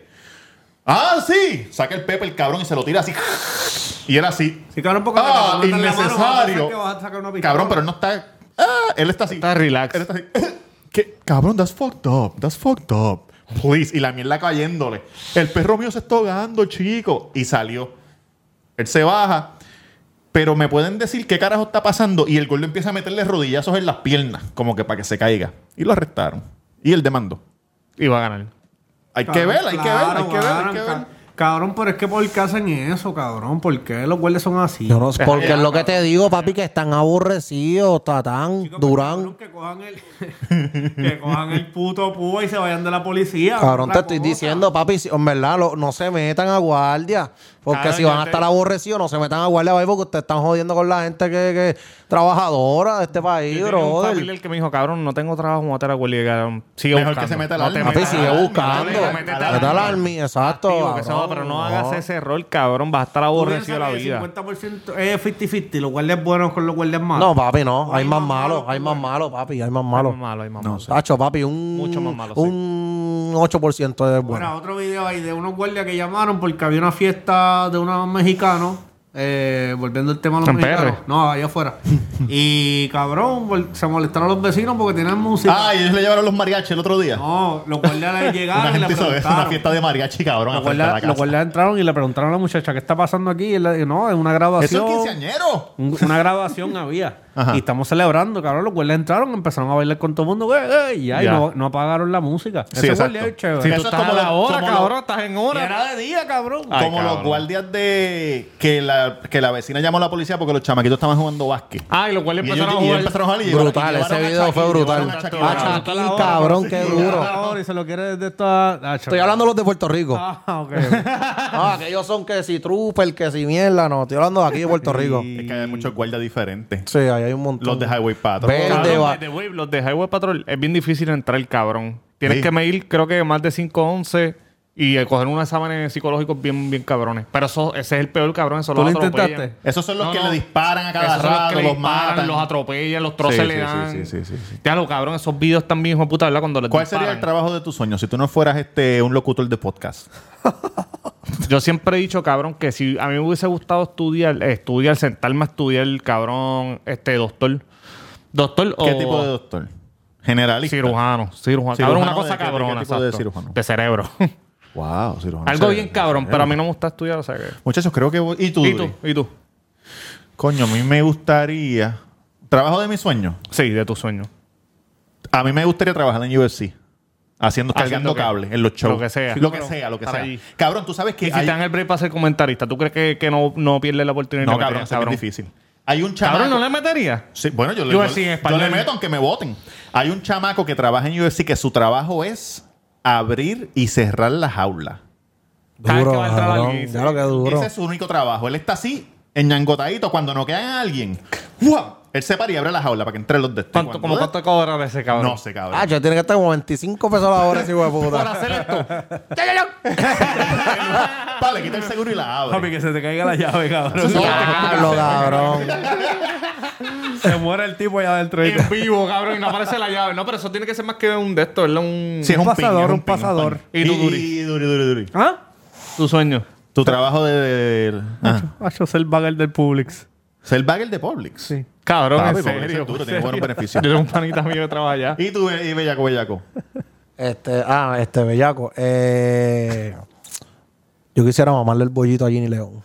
S5: Ah, sí. Saca el Pepe, el cabrón, y se lo tira así. Y era así.
S4: Sí, cabrón, porque te
S5: Ah,
S4: levantan la mano, vas a pensar
S5: innecesario.
S4: que vas a sacar una pistola.
S5: Cabrón, pero él no está. Ah, él está así.
S3: Está relax.
S5: Él está así. [LAUGHS] ¿Qué? Cabrón, that's fucked up. That's fucked up. Please. Y la mierda cayéndole. El perro mío se está ahogando, chico. Y salió. Él se baja. Pero me pueden decir qué carajo está pasando. Y el gordo empieza a meterle rodillazos en las piernas, como que para que se caiga. Y lo arrestaron. Y él demandó.
S3: Y va a ganar.
S5: Hay que
S4: Cabrón,
S5: ver, hay que ver, hay
S4: claro,
S5: que ver, hay que
S4: cabrón,
S5: ver.
S4: ca- Cabrón, pero es que por qué hacen eso, cabrón. ¿Por qué los guardias son así?
S7: Yo no sé, porque es lo que te digo, papi, que están aborrecidos, Tatán,
S4: Chicos,
S7: Durán.
S4: cabrón, Que cojan el, [LAUGHS] que cojan el puto púa y se vayan de la policía.
S7: Cabrón, te
S4: Otra
S7: estoy
S4: cosa.
S7: diciendo, papi, si- en verdad, lo- no se metan a guardia. Porque
S3: Claro,
S7: si
S3: yo
S7: van a
S3: te-
S7: estar aborrecidos, no se metan a guardia, papi, porque ustedes están jodiendo con la gente que, que- trabajadora de este país,
S3: Yo tenía un
S7: brother.
S3: familiar que me dijo, cabrón, no tengo trabajo, me voy a matar a Willy. Sigue
S5: Mejor
S3: buscando.
S5: que se meta al
S3: No
S5: army.
S3: te
S7: Papi,
S3: metas
S7: sigue
S3: al army,
S7: buscando.
S3: no le metes al
S7: Vete al
S3: army.
S7: army, exacto.
S3: Activo, que se va,
S7: cabrón,
S3: pero no,
S7: no.
S3: hagas ese error, cabrón. Vas a estar
S4: Tú
S3: aborrecido
S4: piensas
S3: la
S4: que el
S3: vida.
S4: 50% es 50-50, eh, los guardias buenos con los guardias malos.
S7: No, papi, no. Hay más malos, hay más
S4: güey.
S7: malos, papi, hay más
S3: Hay
S7: malos.
S3: más malo, hay más malo.
S7: Tacho, papi, un,
S3: Mucho más malo, sí.
S7: un 8% de
S4: Bueno,
S7: bueno.
S4: otro video ahí de unos guardias que llamaron porque había una fiesta de unos mexicanos. eh, volviendo al tema de los
S3: En
S4: mexicanos.
S3: PR.
S4: No,
S5: [LAUGHS]
S4: allá afuera. y cabrón, vol- se molestaron los vecinos porque tenían música.
S5: Ah, y ellos le llevaron los mariachis el otro día.
S4: No, los
S5: [LAUGHS]
S4: guardias les
S5: una
S4: llegaron y le
S5: gente hizo eso, una
S4: preguntaron.
S5: fiesta de mariachi, cabrón.
S4: Los
S5: al frente de
S4: guardias,
S5: la
S4: los
S5: casa.
S4: guardias entraron y le preguntaron a la muchacha qué está pasando aquí. Y él le dijo, no, es una
S5: Eso es
S4: grabación.
S5: un quinceañero.
S4: Un-
S5: [LAUGHS]
S4: Una grabación había.
S5: Ajá.
S4: Y estamos celebrando, cabrón. Los guardias entraron, empezaron a bailar con todo el mundo. ¡eh, eh! y ya, y
S3: Ya.
S4: no, no apagaron la música.
S5: Sí,
S4: Ese
S5: exacto.
S4: guardia es chévere.
S5: Sí,
S3: Tú
S5: Eso es
S3: estás
S5: como
S3: a la
S5: lo-
S3: hora,
S5: como lo-
S3: cabrón. Estás en
S4: Y
S3: hora.
S4: era de día, cabrón.
S3: Ay,
S5: como los
S3: cabrón.
S5: guardias de que la, que la vecina llamó a la policía porque los chamaquitos estaban jugando básquet.
S3: Ay, los cuales
S5: Y ellos,
S3: Ah, empezaron a
S5: y ellos
S3: jugar.
S5: empezaron a jugar y llevaron-
S7: Brutal,
S5: y
S7: ese
S5: llevaron a
S7: video fue
S5: Shaquille,
S7: brutal.
S5: llevaron a Shaquille.
S7: A Shaquille, cabrón, qué duro.
S4: Ahora, y se lo quiere de toda. Ah,
S7: Estoy hablando de los de Puerto Rico.
S5: [LAUGHS]
S4: Ah, ok.
S7: No, aquellos son que si trooper, que si mierda, no. Estoy hablando de aquí de Puerto Rico.
S5: Es que hay muchos guardias diferentes.
S7: Sí, ahí hay un montón.
S5: Los de Highway Patrol.
S7: Ve-
S3: Cabrón,
S7: el de va-
S3: los de Wave- los de Highway Patrol es bien difícil entrar, cabrón. Tienes
S5: Sí.
S3: que medir, creo que más de 5'11 y eh, coger unos exámenes psicológicos bien, bien cabrones. Pero eso, ese es el peor cabrón, eso
S4: ¿Tú
S3: los
S4: lo
S3: atropellan.
S4: intentaste?
S5: Esos son los
S3: No,
S5: que
S3: no.
S5: le disparan a cada
S3: Esos son
S5: rato,
S3: los,
S5: los,
S3: que le disparan,
S5: matan.
S3: los atropellan, los troces
S5: Sí,
S3: le
S5: sí,
S3: dan.
S5: sí, sí, sí, sí.
S3: Ya lo cabrón, esos videos también, hijo de puta, ¿verdad? Cuando les
S5: ¿Cuál sería el
S3: disparan.
S5: trabajo de tus sueños si tú no fueras este un locutor de podcast?
S3: Yo siempre he dicho, cabrón, que si a mí me hubiese gustado estudiar, eh, estudiar, sentarme a estudiar, cabrón, este doctor. Doctor o
S5: ¿Qué tipo de doctor? Generalista.
S3: Oh. cirujano, cirujano.
S5: ¿Cirujano
S3: Cabrón, una
S5: de
S3: cosa
S5: qué- de qué
S3: cabrona,
S5: tipo de
S3: exacto.
S5: cirujano?
S3: De cerebro. [LAUGHS]
S5: Wow, cirujano.
S3: Algo
S5: Sí,
S3: bien
S5: sí,
S3: cabrón,
S5: sí.
S3: pero a mí no me gusta estudiar, o sea que...
S5: Muchachos, creo que voy. ¿Y tú?
S3: ¿Y tú?
S5: Duri?
S3: ¿Y tú?
S5: Coño, a mí me gustaría. Trabajo de mis sueños.
S3: Sí, de tus sueños.
S5: A mí me gustaría trabajar en UFC. Haciendo,
S3: Haciendo
S5: cargando
S3: qué?
S5: cable en los shows.
S3: Lo que sea.
S5: Lo que sea, lo que
S3: Estar
S5: sea.
S3: allí.
S5: Cabrón, tú sabes que.
S3: Y si te dan el break para ser comentarista, ¿tú crees que, que no, no pierdes la oportunidad?
S5: No,
S3: de
S5: cabrón,
S3: meter-
S5: eso es bien difícil. Hay un chamaco.
S3: Cabrón, ¿no le metería?
S5: Sí, bueno, yo le, yo,
S3: UFC en
S5: yo
S3: español.
S5: le meto aunque me voten. Hay un chamaco que trabaja en UFC que su trabajo es abrir y cerrar la jaula.
S3: Cada vez
S7: Duro,
S3: que va a entrar
S7: cabrón.
S3: alguien,
S7: Ya lo que duro.
S5: Ese es su único trabajo. Él está así, enñangotadito. Cuando no quedan a alguien, ¡guau! él se para y abre la jaula para que entre los de este.
S3: ¿Cuánto,
S5: Cuando-
S3: ¿Cómo cuánto cobra ese cabrón?
S5: No sé, cabrón.
S7: Ah, yo tiene que estar como 25 pesos la hora ese hijo de puta.
S3: hacer esto.
S5: [LAUGHS] Pa, le quita el seguro y la
S4: Papi,
S5: abre.
S4: que se te caiga la llave, cabrón.
S7: Diablo, cabrón.
S4: se muere el tipo allá adentro.
S3: en vivo, cabrón, y no aparece la llave. No, pero eso tiene que ser más que un de estos, ¿verdad? Un...
S5: Sí, es
S4: un
S5: pin, es
S4: pasador,
S5: pin,
S4: un pasador.
S5: pin.
S3: Y tú,
S5: Y,
S3: Duri.
S5: y Duri, Duri, Duri.
S4: ¿Ah?
S3: Tu sueño.
S5: Tu trabajo de... de- de- ah,
S4: Hacho, ser bagger del Publix.
S5: Ser bagel de Publix.
S4: Sí.
S3: Cabrón,
S5: Papi,
S3: en
S5: porque eso
S3: serio.
S5: es duro,
S3: en
S5: tiene buenos
S3: serio.
S5: beneficios.
S3: Yo tengo un panita mío que trabaja allá.
S5: Y tú, eh, Bellaco, Bellaco.
S7: Este, ah, este, bellaco. Eh, yo quisiera mamarle el bollito a Ginny León.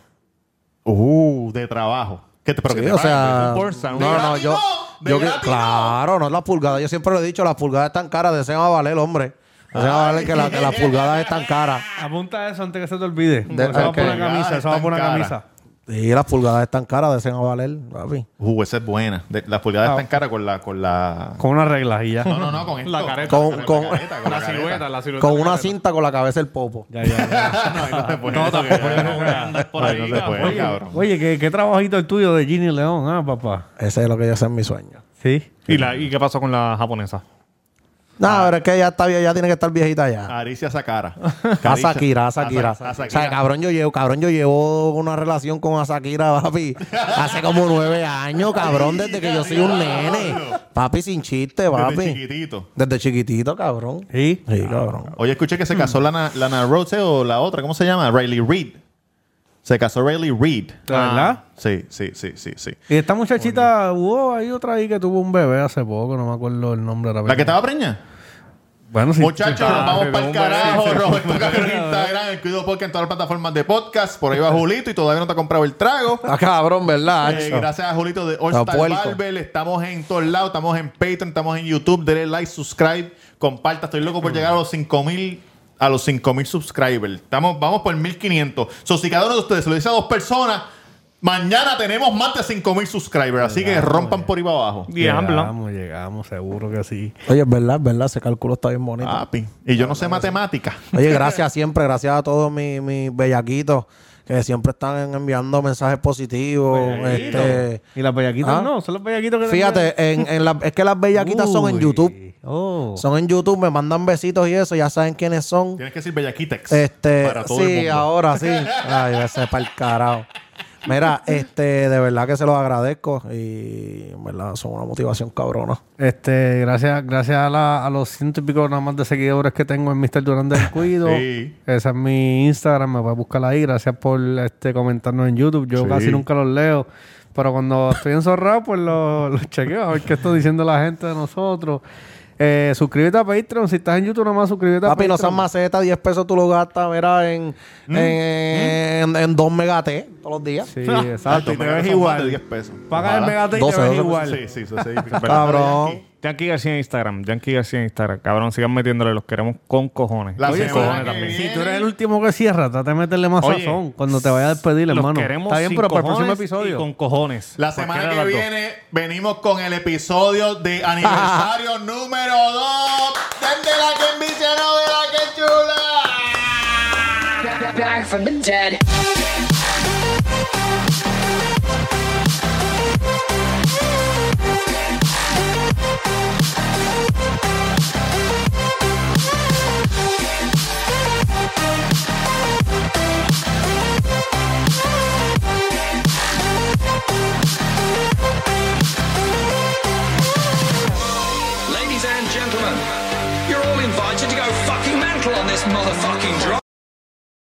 S5: Uh, de trabajo. Que te, pero que
S7: Sí,
S5: te
S7: o
S5: paguen,
S7: sea,
S5: un porn star, un-
S7: no, no, yo,
S5: ¡De
S7: yo que-
S5: gratis no!
S7: claro, no es las pulgadas. Yo siempre lo he dicho, las pulgadas están caras, deseen a valer, hombre. Deseen a valer que, la- que las pulgadas están caras.
S4: Apunta eso antes que se te olvide.
S7: De-
S4: eso va
S7: ok.
S4: por una camisa,
S5: Ah,
S4: eso va por una
S5: está en
S4: camisa.
S7: Sí, las pulgadas están caras, deseen a valer, papi.
S5: Uh, esa es buena. De- las pulgadas están caras con la, con la.
S4: Con una regla y ya.
S5: No, no, no, con esto.
S3: La careta.
S7: Con, con,
S5: careta, con la careta.
S3: la silueta.
S7: con una cinta con la cabeza el popo.
S4: Ya, ya, ya.
S5: [LAUGHS] No, ahí no te puede.
S3: No, tampoco, no, andas por
S5: Ahí
S3: ahí,
S5: no te puede,
S3: oye.
S5: cabrón.
S4: [LAUGHS] Oye, ¿qué, qué trabajito el tuyo de Ginny León, ah, papá.
S7: Ese es lo que yo sé en mi sueño.
S4: Sí.
S3: ¿Y, la, ¿Y qué pasó con la japonesa?
S7: No, pero es que ya está vieja, ya tiene que estar viejita ya.
S5: Aricia Sakara.
S7: A Shakira, a Ah, Shakira.
S5: Sakira.
S7: O sea, cabrón, yo llevo, cabrón, yo llevo una relación con a Shakira, papi, hace como nueve años, cabrón, desde que yo soy un nene. Papi, sin chiste, papi.
S5: Desde chiquitito.
S7: Desde chiquitito, cabrón.
S4: Sí.
S7: Sí, cabrón.
S5: Oye, escuché que se casó Lana, Lana Rhodes eh, o la otra, ¿cómo se llama? Riley Reid. Se casó Riley Reid.
S4: ¿De verdad?
S5: Sí, sí, sí, sí, sí.
S4: Y esta muchachita, hubo hay otra ahí que tuvo un bebé hace poco, no me acuerdo el nombre ahora
S5: ¿La que
S4: mismo.
S5: estaba preña?
S4: Bueno, sí.
S5: Muchachos, nos vamos para el
S3: hombre, sí,
S5: carajo.
S3: sí.
S5: Roberto Castro
S4: [LAUGHS]
S5: en Instagram, el Cuido Podcast en todas las plataformas de podcast. Por ahí va Julito y todavía no te ha comprado el trago.
S7: Ah, cabrón, ¿verdad?
S5: Eh,
S7: Acho?
S5: gracias a Julito de All
S7: Está
S5: Star
S7: puerco.
S5: Barber. Estamos en todos lados. Estamos en Patreon, estamos en YouTube. Dele like, subscribe, comparta. Estoy loco por llegar a los 5000 a los 5000 subscribers. Estamos, vamos por 1500. So, si cada uno de ustedes se lo dice a dos personas, mañana tenemos más de 5000 subscribers. Así que rompan por ahí para abajo.
S3: Diablo.
S4: Llegamos, llegamos, seguro que sí.
S7: Oye, es verdad, es verdad, ese cálculo está bien bonito.
S5: Papi. Y yo no sé matemática.
S7: Oye, gracias siempre, gracias a todos mis, mis bellaquitos que siempre están enviando mensajes positivos. Este,
S4: ¿Y las bellaquitas
S7: ¿Ah?
S4: no? ¿Son los bellaquitos que te envían?
S7: fíjate, en, en la- es que las bellaquitas son en
S4: Uy.
S7: YouTube.
S4: Oh.
S7: Son en YouTube, me mandan besitos y eso, ya saben quiénes son.
S5: Tienes que decir Bellaquitex.
S7: Este,
S5: para todo
S7: sí,
S5: el mundo.
S7: ahora sí. Ay, ese para el carajo. Mira, este, de verdad que se los agradezco y en verdad son una motivación cabrona.
S4: Este, gracias, gracias a, la- a los ciento y pico nada más de seguidores que tengo en Mr. Durán [LAUGHS] del Cuido.
S5: Sí.
S4: Esa es mi Instagram, me voy a buscar ahí. Gracias por este comentarnos en YouTube. Yo
S5: Sí.
S4: casi nunca los leo. Pero cuando estoy enzorrado, pues los los chequeo a ver qué está diciendo la gente de nosotros. Eh, suscríbete a Patreon. Si estás en YouTube, nomás suscríbete a
S7: Papi, no
S4: Patreon.
S7: seas maceta, 10 pesos tú lo gastas, mira, en,
S5: ¿Mm?
S7: en, en, en dos megaté todos los días.
S4: Sí,
S5: Exacto,
S4: [LAUGHS] exacto. Y te
S5: me
S4: ves
S5: son más de
S4: igual.
S5: 10 pesos.
S4: Pagas el
S5: Ojalá.
S4: megate y
S7: 12,
S4: te ves
S7: 12.
S4: igual.
S5: Sí, sí, eso sí.
S7: [LAUGHS] Cabrón.
S3: Yankee García en Instagram. Yankee García en Instagram. Cabrón, sigan metiéndole. Los queremos con cojones.
S5: La
S3: Oye,
S5: semana
S3: cojones
S5: que
S3: también.
S5: viene.
S4: Si tú eres el último que cierra, trata de meterle más
S3: Oye,
S4: sazón cuando te vaya a despedir,
S3: Los
S4: hermano.
S3: queremos
S4: Está bien,
S3: sin
S4: pero para el próximo
S3: cojones
S4: episodio.
S3: y con cojones.
S5: La semana
S3: Cualquiera
S5: que
S3: de las dos.
S5: viene venimos con el episodio de
S3: [LAUGHS]
S5: aniversario número 2. Desde la que envicia, no de la que chula.
S6: Back back from the dead.